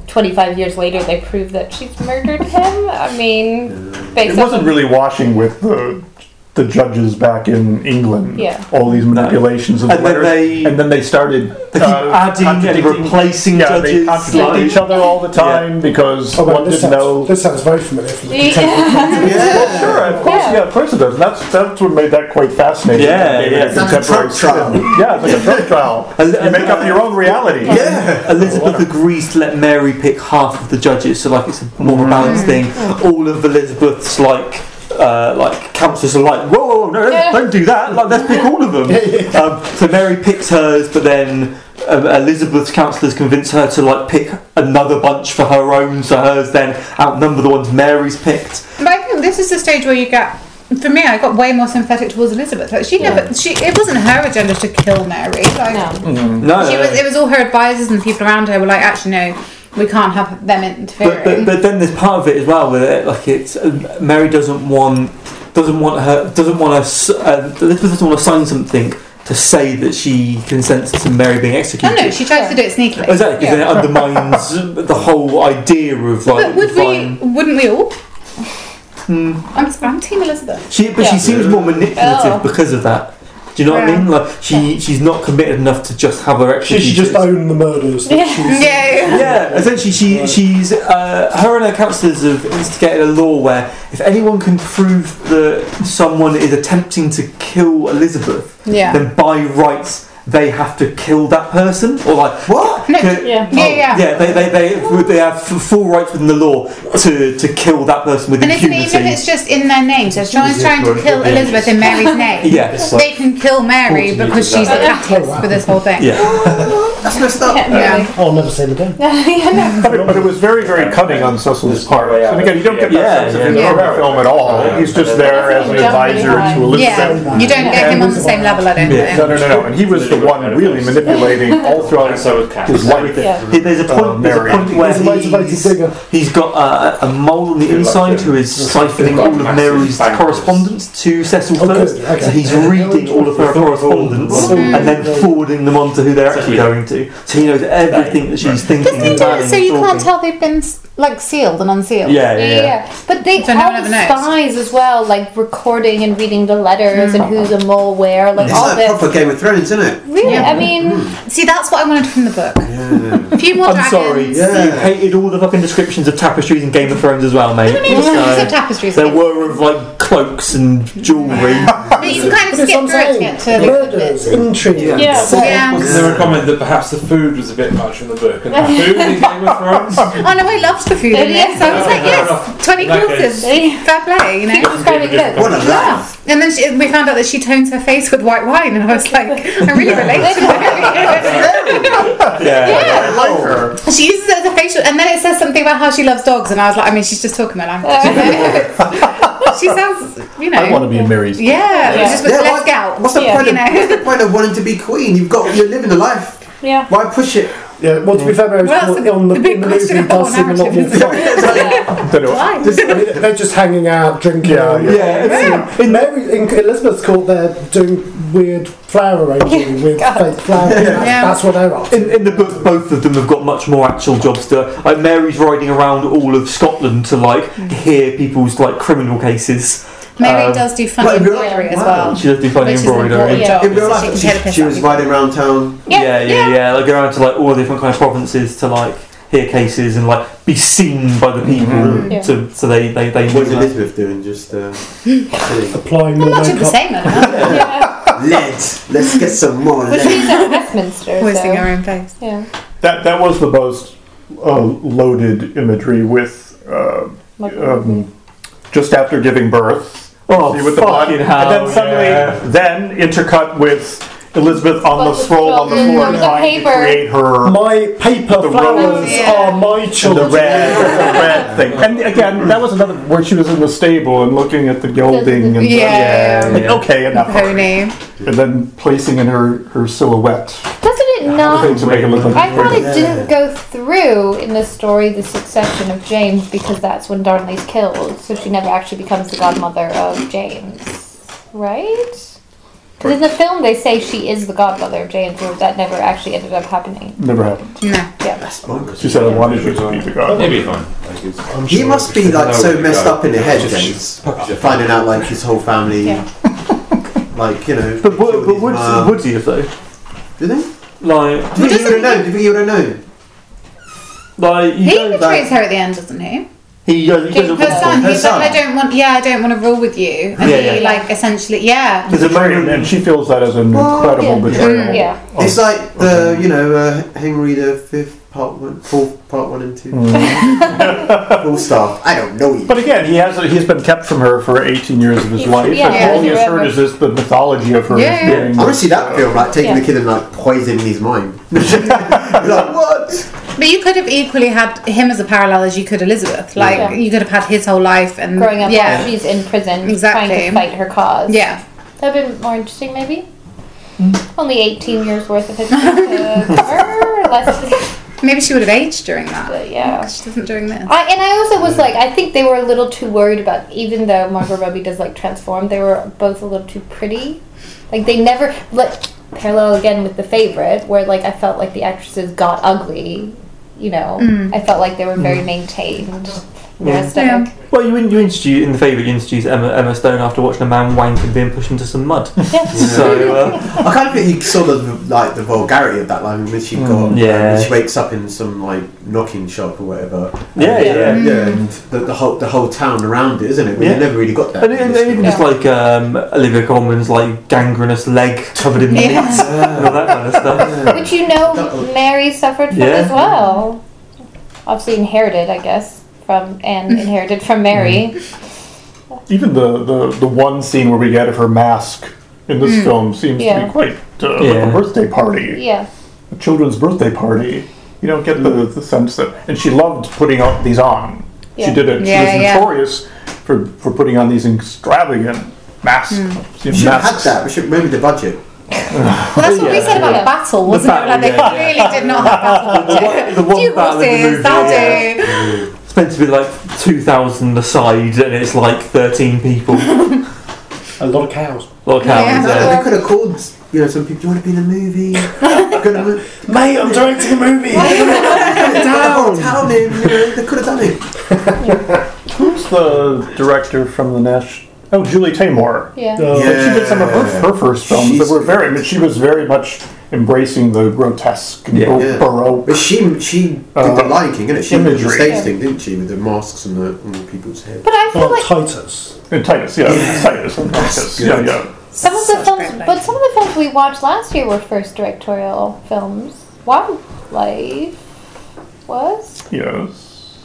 25 years later they prove that she's murdered him. I mean, It basically. wasn't really washing with the the judges back in England. Yeah. All these manipulations of And the then letters, and then they started uh, They keep adding and contradicting- replacing yeah, judges. They contradict Yeah. each other all the time because Oh, well, one this didn't sounds, know. this sounds very familiar from the Yeah. contemporary Well, sure, of course, yeah. of course it does. That's that's what made that quite fascinating. Yeah, that they made yeah. a It's like a contemporary drug trial. film. Yeah, it's like a drug trial. You make up your own reality. Yeah. Elizabeth agrees to let Mary pick half of the judges, so like it's a more Mm. balanced thing. All of Elizabeth's like. Uh, like councillors are like, whoa, whoa, whoa no, Yeah. don't do that. Like, let's pick all of them. Um, so Mary picks hers, but then um, Elizabeth's councillors convince her to like pick another bunch for her own. So hers then outnumber the ones Mary's picked. But I think this is the stage where you get. For me, I got way more sympathetic towards Elizabeth. Like she never, she it wasn't her agenda to kill Mary. Like, No, Oh, she was. It was all her advisors and people around her were like, actually, no, we can't have them But, but, interfering. but then there's part of it as well with it, like it's uh, Mary doesn't want doesn't want her doesn't want to uh, Elizabeth doesn't want to sign something to say that she consents to Mary being no, executed. no, she tries to do it sneakily. exactly, because then it Yeah. undermines the whole idea of like. But would fine- Hmm. we? Wouldn't we all? I'm, I'm Team Elizabeth. She, but she seems more manipulative Oh. because of that. Do you know what Yeah. I mean? Like she, she's not committed enough to just have her She executed. should just own the murders. that she's- yeah. Essentially, she she's uh, her and her councillors have instigated a law where if anyone can prove that someone is attempting to kill Elizabeth, Yeah. then by rights they have to kill that person or like what? No, yeah. Yeah, yeah. They they they, would- they have f- full rights within the law to to kill that person with And isn't it impunity. even if it's just in their name? So if someone's Yeah, trying to but- kill yeah. Elizabeth in Mary's name. Yeah, it's they like can kill Mary forty because years she's a of that. catalyst for this whole thing. yeah. That's messed up. Yeah. I'll never say it again. yeah, no. But it, but it was very, very cutting on Cecil's part. And again, you don't get that Yeah, sense yeah. of him in Yeah. the film at all. He's just there as an Jumping advisor high. to Elizabeth. Yeah, you don't get him on the same level, I don't Yeah. No, think. no, no, no. And he was the one really manipulating all throughout his life. Yeah. There's a point, Uh, there's a Mary. point where He's a motivated he's, digger. he's got a, a mole on the inside who is siphoning all of Mary's correspondence to Cecil first. okay. So he's reading all of her correspondence and then forwarding them on to who they're actually going to. So he knows everything that she's thinking and planning. So you and can't talking. tell they've been s- like sealed and unsealed. Yeah, yeah, yeah. But they So no all one ever the knows. spies as well, like recording and reading the letters and who's a mole where, like It's all like this. proper Game of Thrones, isn't it? Really, I mean, See, that's what I wanted from the book. A few more I'm dragons. sorry, you Yeah. hated all the fucking descriptions of tapestries and Game of Thrones as well, mate. What do you mean descriptions of So, tapestries? There were of like cloaks and jewellery. But you can kind of skip through it to get to the good Murders, bits. intrigue, Yeah. sex. Yeah. Wasn't there a comment that perhaps the food was a bit much from the book? And the food in Game of Thrones? Oh no, I loved the food in Yeah. it. So I was like, yes, 20 In that courses. Fair play, you know? it's kind of good. What a laugh. And then she, we found out that she tones her face with white wine, and I was like, I really relate to her. yeah. I like her. she uses it as a facial, and then it says something about how she loves dogs, and I was like, I mean, she's just talking my language. she sounds, you know. I want to be Mary's. Yeah, it was just with Yeah, less like, gout. What's the Yeah. point? You Of, what's know? the point of wanting to be queen? You've got you're living the life. Yeah. Why push it? Yeah, well, to be fair, Mary's Well, well, that's the- on the, the big in the question movie of all does seem a lot more narratives. fun. Don't know. Just- I mean, they're just hanging out, drinking. Yeah, and- Yeah, it's- In Mary, in Elizabeth's court, they're doing weird flower arranging with fake flowers. Yeah. That's what they're up to. In, in the book, both of them have got much more actual jobs to. Like Mary's riding around all of Scotland to like hear people's like criminal cases. Mary Um, does do Well, funny if you're like, embroidery as wow. well. She does do funny Which is embroidery. important job, In real so she life, can she, get a piss she out was of people. riding around town. Yeah, yeah, yeah. Like go around to like all the different kind of provinces to like hear cases and like be seen by the people. Mhm. Yeah. So, so they they they. What's knew that. Elizabeth doing? Just uh, applying I'm watching the same. I don't know. lead. Let's get some more Which lead. means at Westminster. Wasting so- our own face. Yeah. That that was the most uh, loaded imagery with uh, um, mm-hmm. just after giving birth. Oh, See, with the blood. fucking hell, And then suddenly, yeah. then intercut with Elizabeth on the scroll on the Mm, floor on the trying paper. to create her. My paper The flowers Oh, rose. are my and the children. red, the red thing, and again, that was another where she was in the stable and looking at the gilding and Yeah. Like, Yeah. okay, Oh, enough. Pony. And then placing in her her silhouette Doesn't it things not? to make it look like I thought it didn't go through in the story the succession of James because that's when Darnley's killed, so she never actually becomes the godmother of James, right? Because in the film they say she is the godmother of James, but that never actually ended up happening. never happened. No. Yeah. She said, "I wanted you to be the god." It'd be fine. He must be like so messed up in the head, Just- James. Finding out like his whole family, like you know. But would, but would, mom. would he have though? Do they? Like, Do you think he would have known? Do you think he would have known? like you He don't. betrays Like, her at the end, doesn't he? he does. He Her doesn't. want- son, Her he's son. like, I don't want, yeah, I don't want to rule with you. And Yeah, he, yeah. like, essentially, yeah. There's a Betrayed, moment. and she feels that as an incredible yeah. betrayal. Yeah. It's like the you know uh, Henry the Fifth part one, fourth part one and two. Mm. Full stop. I don't know you. But again, he has he's been kept from her for 18 years of his He's- life, yeah, and all he yeah, has heard forever. is this the mythology of her. as Yeah, yeah. being- I want to see that film, like taking Yeah. the kid and like poisoning his mind. like what? But you could have equally had him as a parallel as you could Elizabeth. Like, Yeah. you could have had his whole life and. Growing up yeah. while she's in prison Exactly. trying to fight her cause. Yeah. That'd have been more interesting maybe. Only eighteen years worth of history to cover. Less Maybe she would have aged during that. but yeah. She doesn't during this. I, and I also was like, I think they were a little too worried about, even though Margot Robbie does like transform, they were both a little too pretty. Like they never, like parallel again with the favorite, where like I felt like the actresses got ugly. You know, I felt like they were very maintained. Their Mm. Yeah. aesthetic. Well, you in- you introduce in the favourite you introduce Emma Emma Stone after watching a man wank and being pushed into some mud. So uh, I kind of think he saw the like the vulgarity of that line when she got Mm. yeah. when she wakes up in some like knocking shop or whatever. Yeah, And, yeah, um, yeah. And the, the whole the whole town around it, isn't it? We Yeah. never really got that. and, and, and even just like um, Olivia Colman's like gangrenous leg covered in meat Yeah. and all that kind of stuff. Which you know, Mary suffered from Yeah. as well. Obviously inherited, I guess, from and inherited from Mary. Mm. Even the, the the one scene where we get of her mask in this film seems to Hmm. Yeah. be quite uh, like Yeah. a birthday party, Yeah. a children's birthday party. You don't get the, the sense that, and she loved putting on, these on. Yeah. She did it. Yeah, she was yeah. notorious for for putting on these extravagant masks. Hmm. you know, we should have had masks. that. We should maybe the budget. Well, that's what we Yeah. said about Yeah. battle, wasn't battle, it? Like, they yeah. really did not have battle budget. the one Two battle in the horses, movie, that'll yeah. do. It's meant to be like two thousand aside, and it's like thirteen people. A lot of cows. Like how uh, Yeah. is No, that? they could have called you know some people. Do you want to be in a movie? Gonna mo- Mate, I'm directing a movie. the whole town in. You know, they could have done it. Who's the director from the Nash? Oh, Julie Taymor. Yeah. Uh, like she did some of her, Yeah. her first films that She's were very, but she was very much embracing the grotesque and Yeah. bar- Yeah. baroque. But she she did the Uh, Lion King, didn't it? She did the imagery. stage thing, didn't she, with the masks and the, on the people's heads. But I feel Oh, like Titus. And Titus, yeah, Titus, and Titus, yeah, good. yeah. Some of the Such great films, life. but some of the films we watched last year were first directorial films. Wildlife was, Yes.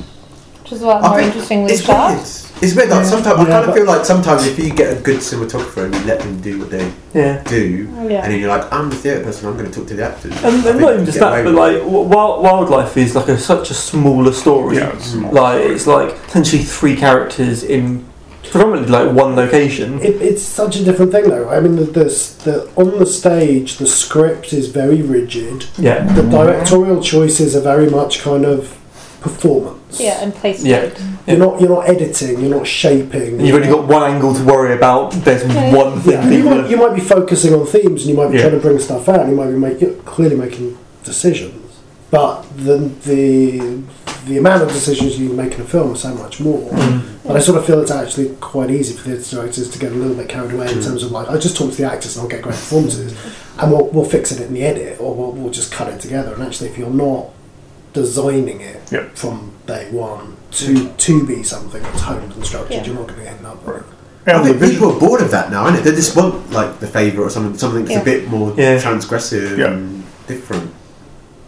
which is a lot Oh, I more think interestingly It's shot. weird. It's weird. Like, sometimes I Yeah, kind of but- feel like sometimes if you get a good cinematographer and you let them do what they Oh, Yeah. do, Yeah. and then you're like, I'm the theatre person, I'm going to talk to the actors. And, I and think not you even just get that, away but with like wild, wildlife is like a, such a smaller story. Yeah, it's small. Like it's like essentially three characters in predominantly like one location. It, it's such a different thing, though. I mean, the, the, s- the on the stage, the script is very rigid. Yeah, The directorial choices are very much kind of performance. Yeah, and placed Yeah. it. You're not you're not editing. You're not shaping. you've only got one angle to worry about. There's Yeah. one thing. Yeah, you people might, you might be focusing on themes, and you might be Yeah. trying to bring stuff out. And you might be making clearly making decisions, but the the the amount of decisions you make in a film is so much more. And I sort of feel it's actually quite easy for theatre directors to get a little bit carried away in terms of like, I just talk to the actors and I'll get great performances, and we'll, we'll fix it in the edit, or we'll, we'll just cut it together. And actually, if you're not designing it Yep. from day one to to be something that's honed and structured. Yeah. You're not going to end up with. I think people are bored of that now, aren't it? They just want like the favour or something, something that's Yeah. a bit more Yeah. transgressive Yeah. and different.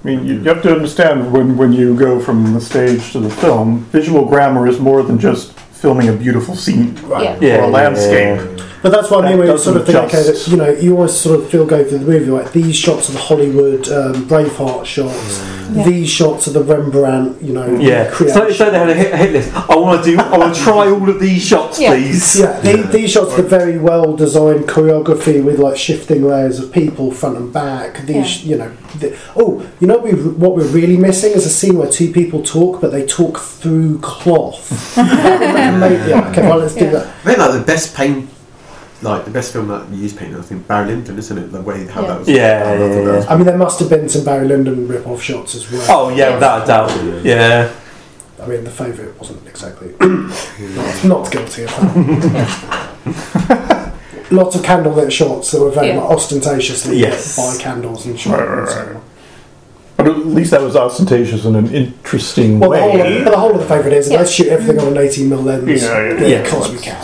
I mean, you, you have to understand when, when you go from the stage to the film, visual grammar is more than just filming a beautiful scene Right. or a landscape. But that's what I mean That when it's sort of think, doesn't okay, that, you know, you always sort of feel going through the movie like these shots are the Hollywood um, Braveheart shots, Yeah. these shots are the Rembrandt, you know, Mm. Yeah, it's creation. like, it's like they had a hit, a hit list. I want to do. I want to try all of these shots, please. Yeah, the- these shots are very well designed choreography with like shifting layers of people front and back. These, you know, the, oh, you know, what we what we're really missing is a scene where two people talk, but they talk through cloth. yeah, okay, well, let's do that. I think like the best paint, like the best film that used paint, I think Barry Lyndon, isn't it? The way how that was. Yeah, I thought yeah, that was- I mean, there must have been some Barry Lyndon rip-off shots as well. Oh yeah, without a doubt. Yeah. I mean, the favourite wasn't exactly not, not guilty of that. Lots of candlelit shots that were very Yeah. much ostentatiously Yes. by candles and shot. Right, right, right. But at least that was ostentatious in an interesting Well, the whole, way. of, but the whole of the favourite is let's shoot everything on an 18 mm lens. Yeah, yeah, yeah. because we can.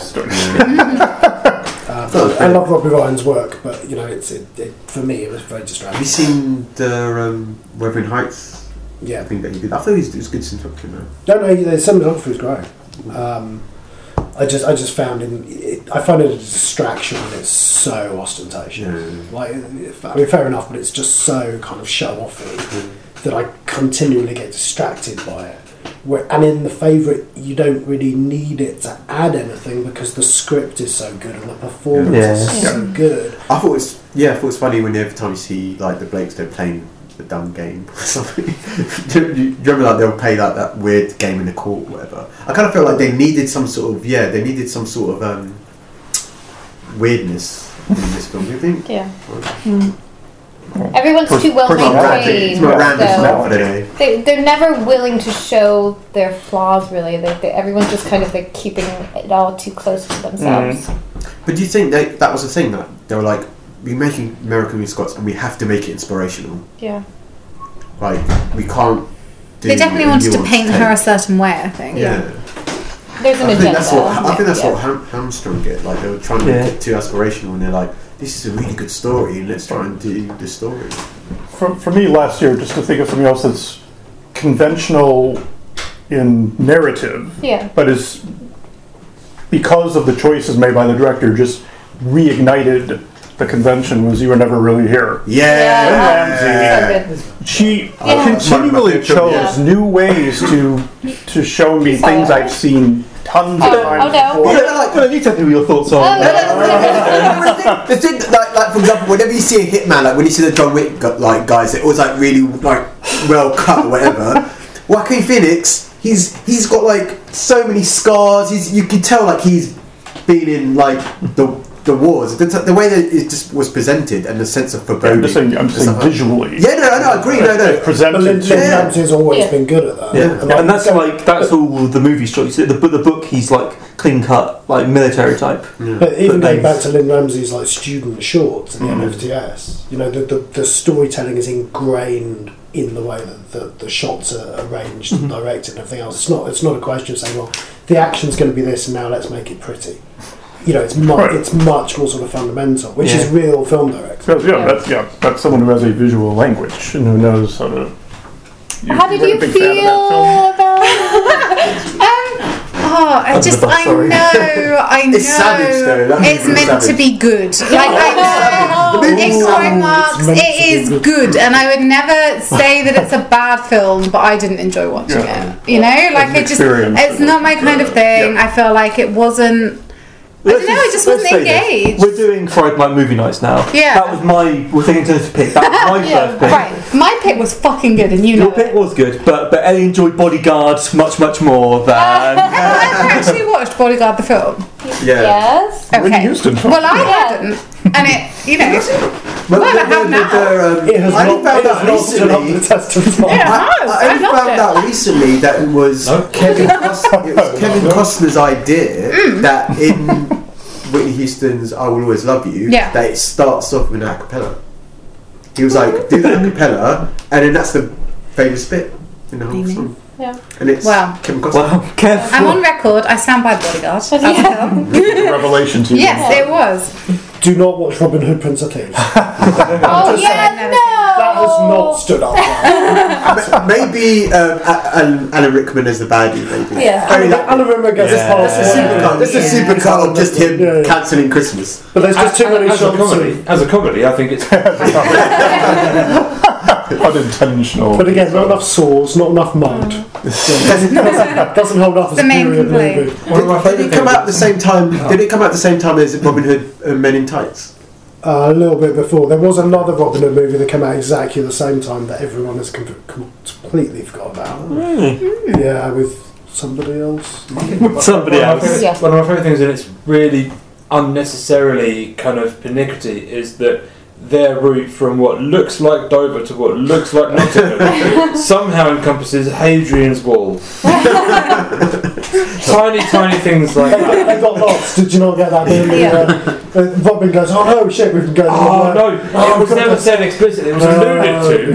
Uh, I Yeah. love Robbie Ryan's work, but you know, it's it, it, for me it was very distracting. Have you seen the um, Wuthering Heights? Yeah. I think that he did. I thought it was, it was good cinematography, man. No, no, the cinematography was great. Um, I just, I just found in, it, I find it a distraction when it's so ostentatious. Like, if- I mean, fair enough, but it's just so kind of show offy Mm. that I continually get distracted by it. Where, and in the favourite, you don't really need it to add anything because the script is so good and the performance is Yeah. so good. I thought it was yeah, I thought it was funny when every time you see like the Blakes they're playing the dumb game or something. do, you, do you remember like they'll play like that weird game in the court, or whatever. I kind of feel like they needed some sort of yeah, they needed some sort of um, weirdness in this film. Do you think? Yeah. Everyone's Pers- too well pers- maintained. It's my random so- smell for the day. They, they're never willing to show their flaws, really. They, they, everyone's just kind of like keeping it all too close to themselves. Mm-hmm. But do you think that that was the thing that they were like, we're making American Wing Scots and we have to make it inspirational. Yeah. Like we can't. Do They definitely a wanted to nuanced paint take. her a certain way, I think. Yeah. There's an I think agenda. that's what I think that's Yeah. what ham- hamstrung it. Like they were trying to Yeah. make it too aspirational, and they're like, "This is a really good story, and let's try and do this story." for, for me last year, just to think of something else that's conventional in narrative, Yeah. but is because of the choices made by the director, just reignited the convention. Was you were never really here? Yeah, Gordon Yeah. Oh, Ramsay, she Uh-huh. Yeah. continually Yeah. chose new ways to to show me things I've seen tons of Oh, times oh, no. before. You don't like- you tell me your thoughts on. the thing, that, like, like for example, whenever you see a hitman, like when you see the John Wick gu- like guys, they're always like really like well cut or whatever. Joaquin Phoenix, he's he's got like so many scars. He's you can tell like he's been in like the the wars. The, the way that it just was presented and the sense of foreboding. I'm just saying, I'm just saying visually. Yeah, no, no, I agree. No, no. But Lin- Lin Yeah. Ramsey's always Yeah. been good at that. Yeah, I- and that's like that's all the movie structure. The, bu- the book, he's like clean cut, like military type. But even they- going back to Lynn Ramsey's like student shorts and the Mm. NFTS, you know, the, the, the storytelling is ingrained in the way that the, the shots are arranged and Mm-hmm. directed and everything else. It's not it's not a question of saying, well, the action's going to be this and now let's make it pretty. You know, it's mu- it's much more sort of fundamental, which is Yeah. real film directing. Because yeah, that's yeah, that's someone who has a visual language and who knows how to. How did you feel about um, Oh, I Under the just, bus, I sorry. know, I know. It's savage, though, that It's movie was meant to savage. be good. Like, I know. The movie was in quote savage. marks, It's meant to it be is good. good. And I would never say that it's a bad film, but I didn't enjoy watching Yeah. it. You know, like, an it just, experience. it's not my kind of thing. I feel like it wasn't, I don't know, I just Let's wasn't say this. engaged. We're doing Friday night movie nights now. Yeah. that was my. We're taking turns to pick. That was my Yeah, first pick. Right, my pick was fucking good, and you know Your pick was good, but but Ellie enjoyed Bodyguard much much more than. Have I actually watched Bodyguard the film? Yeah. Yes. Okay. Whitney Houston film. Well, I hadn't, and it, you know. Well, Well, I the- have the- now. the, um, It has I not- only found it out has not stood up to recently. the test of time. I- it has. I, only I loved found it. out recently that it was Kevin, Cost- it was Kevin Costner's idea that in Whitney Houston's "I Will Always Love You," Yeah. that it starts off with an acapella. He was like, "Do the acapella," and then that's the famous bit. in the They whole may. film. Yeah. And it's Wow. Kim Costner. Wow, I'm on record. I stand by bodyguard. Revelation to you. yes, it was. Do not watch Robin Hood, Prince of Thieves. Oh yeah, That has not stood up. maybe um, A- Alan, Alan Rickman as the baddie, maybe. Yeah. I mean, that, Alan Rickman gets yeah. past That's a it. super cut. That's a super cut of just him cancelling Christmas. But there's just too many as a shots. comedy, as a comedy, I think it's Unintentional. But again, not enough saws, not enough mud. doesn't, doesn't hold up as Oh. The a main period complaint. movie. Did, did it come out at the same time? Did it come out at the same time as Robin Hood and Men in Tights? Uh, a little bit before, there was another Robin Hood movie that came out exactly the same time that everyone has com- completely forgot about. Hmm. Yeah, with somebody else. One of my favourite- One of my favourite things, and it's really unnecessarily kind of pernickety, is that their route from what looks like Dover to what looks like Nottingham somehow encompasses Hadrian's Wall. tiny, tiny things like that. they got lost. Did you not get that? Bit yeah. uh, Robin goes, "Oh no, shit, we've gone." Oh Like, no! It was never said explicitly. It was alluded to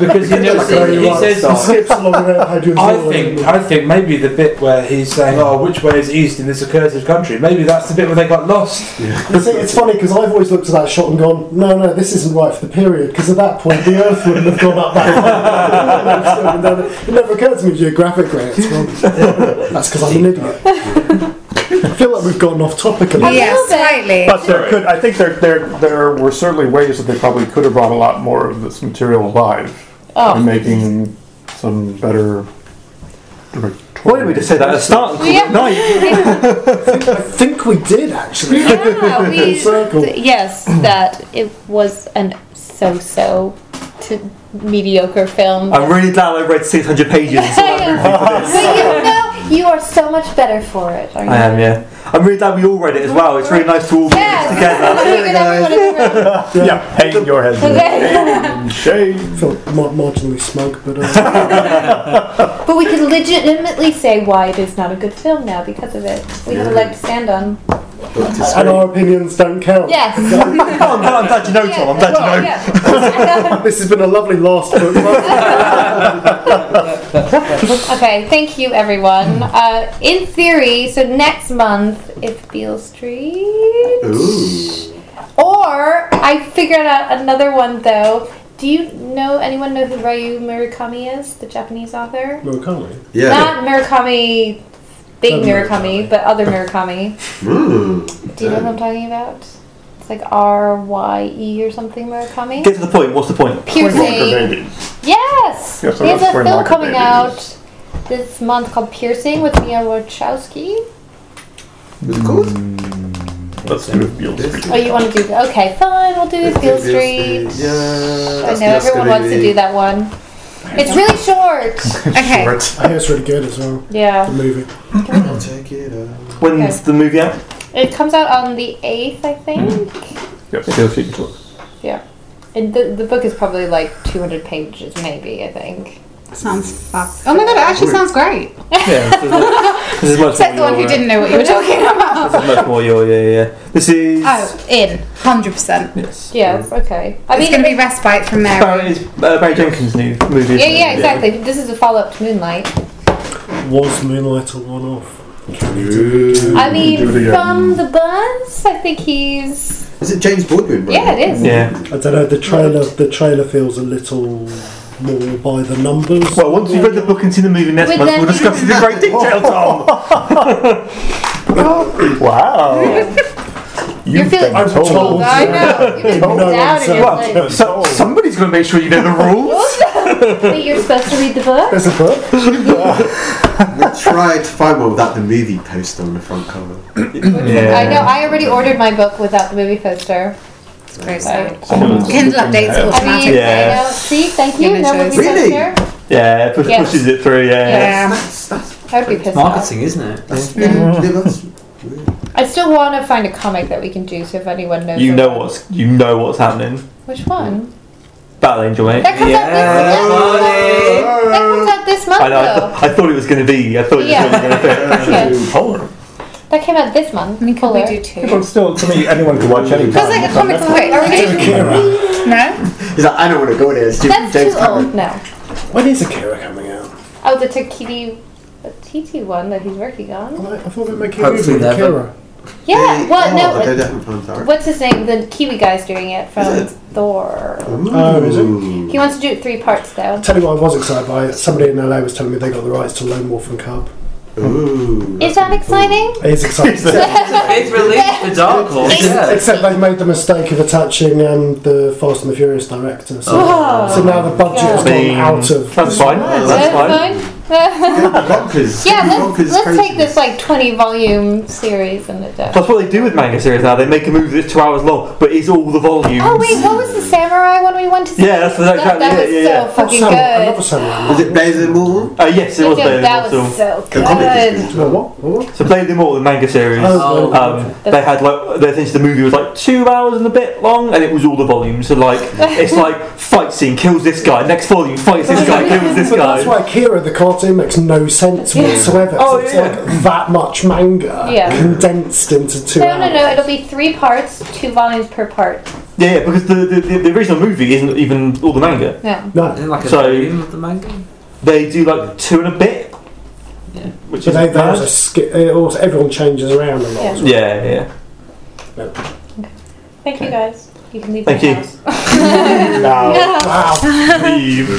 because he never said. He he says. skips along the road, Hadrian's I Wall. think I think maybe the bit where he's saying, "Oh, which way is east in this accursed country?" Maybe that's the bit where they got lost. You see, it's funny because I've always looked at that shot and gone, "No, no, this isn't right for the period." Because at that point, the Earth wouldn't have gone up that far. it never occurred to me geographically. It's wrong. That's because I'm an idiot. I feel like we've gone off topic a bit. Yes, slightly. But there could, I think there, there, there were certainly ways that they probably could have brought a lot more of this material alive Oh. and making some better. Why did we just say that at the start? Yeah. No, you- I think we did actually. Yeah, we, Circle. th- yes, that it was an so-so to mediocre film. I'm really glad I read 600 pages. and saw that review for this. But you know, you are so much better for it. Are you? I am, yeah. I'm really glad we all read it as well. It's really nice to all read Yes. this together. Even everyone in the room. Yeah, hang your head. Okay. I Shame. feel mar- marginally smug, but uh, But we can legitimately say why it is not a good film now because of it. We have a leg to stand on. and our opinions don't count. Yes. Oh, I'm glad- I'm glad you know, Tom. I'm glad you know. Yeah. This has been a lovely last book. okay, thank you everyone. Uh, in theory, so next month it's Beale Street. Ooh. Or I figured out another one though. Do you know anyone know who Ryu Murakami is, the Japanese author? Murakami. Yeah. Not Murakami, big Other Murakami, but other Murakami. Ooh. Do you know what I'm talking about? It's like R Y E or something Murakami. Get to the point. What's the point? Piercing. Yes. Yes, I There's love a Fred film Marker coming Babies. out this month called Piercing with Mia Wachowski. Was it called? Let's do it. Beale Street. Oh, you want to do that? Okay, fine. We'll do Beale Street. Yeah. I that's know the everyone Oscar wants to movie. do that one. It's really short. Okay. I hear it's really good as well. The Yeah. movie. I'll take it out. When's the movie out? It comes out on the 8th, I think. Yep, Beale Street. Yeah. And the, the book is probably like 200 pages, maybe, I think. Sounds fab. Oh my god, it actually sounds great. Yeah. this is much- This is much Except the more one who your- didn't know what you were talking about. This is much more your, yeah, yeah. yeah. This is. Oh, in. 100%. Yes. Yeah, okay. I it's mean, going to be respite from Mary. Barry, is, uh, Barry Jenkins' new movie. yeah, isn't it? yeah, exactly. This is a follow up to Moonlight. Was Moonlight a one-off? I do mean, it again. from the buzz, I think he's. Is it James Baldwin? right? Yeah, it is. Yeah. I don't know. The trailer, the trailer feels a little more by the numbers. Well, once you've read the book and seen the movie next With month, that- we'll discuss it in great detail, Tom. Wow. You're You've feeling been told. told. I know. You've been No one down in your said. place. So, somebody's going to make sure you know the rules. Wait, you're supposed to read the book? There's a book. We tried to find one without the movie poster on the front cover. yeah. I know. I already ordered my book without the movie poster. It's very Right. sad. Kindle updates are I mean, automatic. Yeah. I know. See, thank you. Human No choice. movie Really? poster. Yeah, push, Yes. pushes it through, yeah. Yeah. That's, that's, I would be pissed off. Marketing, isn't it? that's, yeah, that's I still want to find a comic that we can do. So if anyone knows, You of know one. what's you know what's happening. Which one? Battle Angel, mate. That comes out this Yeah, month. buddy. That comes out this month, I know. I, though. th- I thought it was going to be. I thought it Yeah. was going to be. Yeah. Polar. That came out this month. I mean, could we Fuller. do two? still, to me, anyone could watch any. Feels like a comic book. Wait, are we doing Akira. No? He's like, I don't want to go there. It's James That's James too Cameron. old. No. When is Akira coming out? Oh, the Takiti Watiti one that he's working on. I thought they were making Hopefully a movie with never. Akira. Yeah, well, oh, no. they uh, definitely planned that. What's his name? The Kiwi guy's doing it from Thor. Oh, is it? He wants to do it three parts though. Tell you what I was excited by. Somebody in LA was telling me they got the rights to Lone Wolf and Cub. Ooh. Is that exciting? It's exciting. it's released for Dark Horse. Yeah. Except they've made the mistake of attaching um, the Fast and the Furious director. So, Oh. so now the budget has gone Bing. out of. That's fine. That's fine. Bonkers. yeah, let's, Bonkers let's take this like 20 volume series and it does. That's what they do with manga series now. They make a movie that's two hours long, but it's all the volumes. Oh wait, what was the samurai one we went to see? Yeah, that's that, exactly that it. was yeah, so yeah. fucking good. Was it Blazing Moon? Uh, yes, it was Yeah, Blade that of the Immortal. was so The comic good. So Blade of the Immortal, the manga series. Oh, um, they had like they think the movie was like two hours and a bit long, and it was all the volumes. So like it's like fight scene kills this guy, next volume fights this guy, kills this but guy. that's why Akira, the cartoon, makes no sense whatsoever. Oh, it's yeah. like that much manga Yeah. condensed into two No, hours. no, no. It'll be three parts, two volumes per part. Yeah, yeah, because the, the, the original movie isn't even all the manga. Yeah. No. Like a So- volume of the manga? They do like two and a bit. Which But is they, they bad. also skip, it also, everyone changes around a lot. Yeah. as well. Yeah, yeah. Thank you guys. You can leave Thank my you. house. Wow. Leave.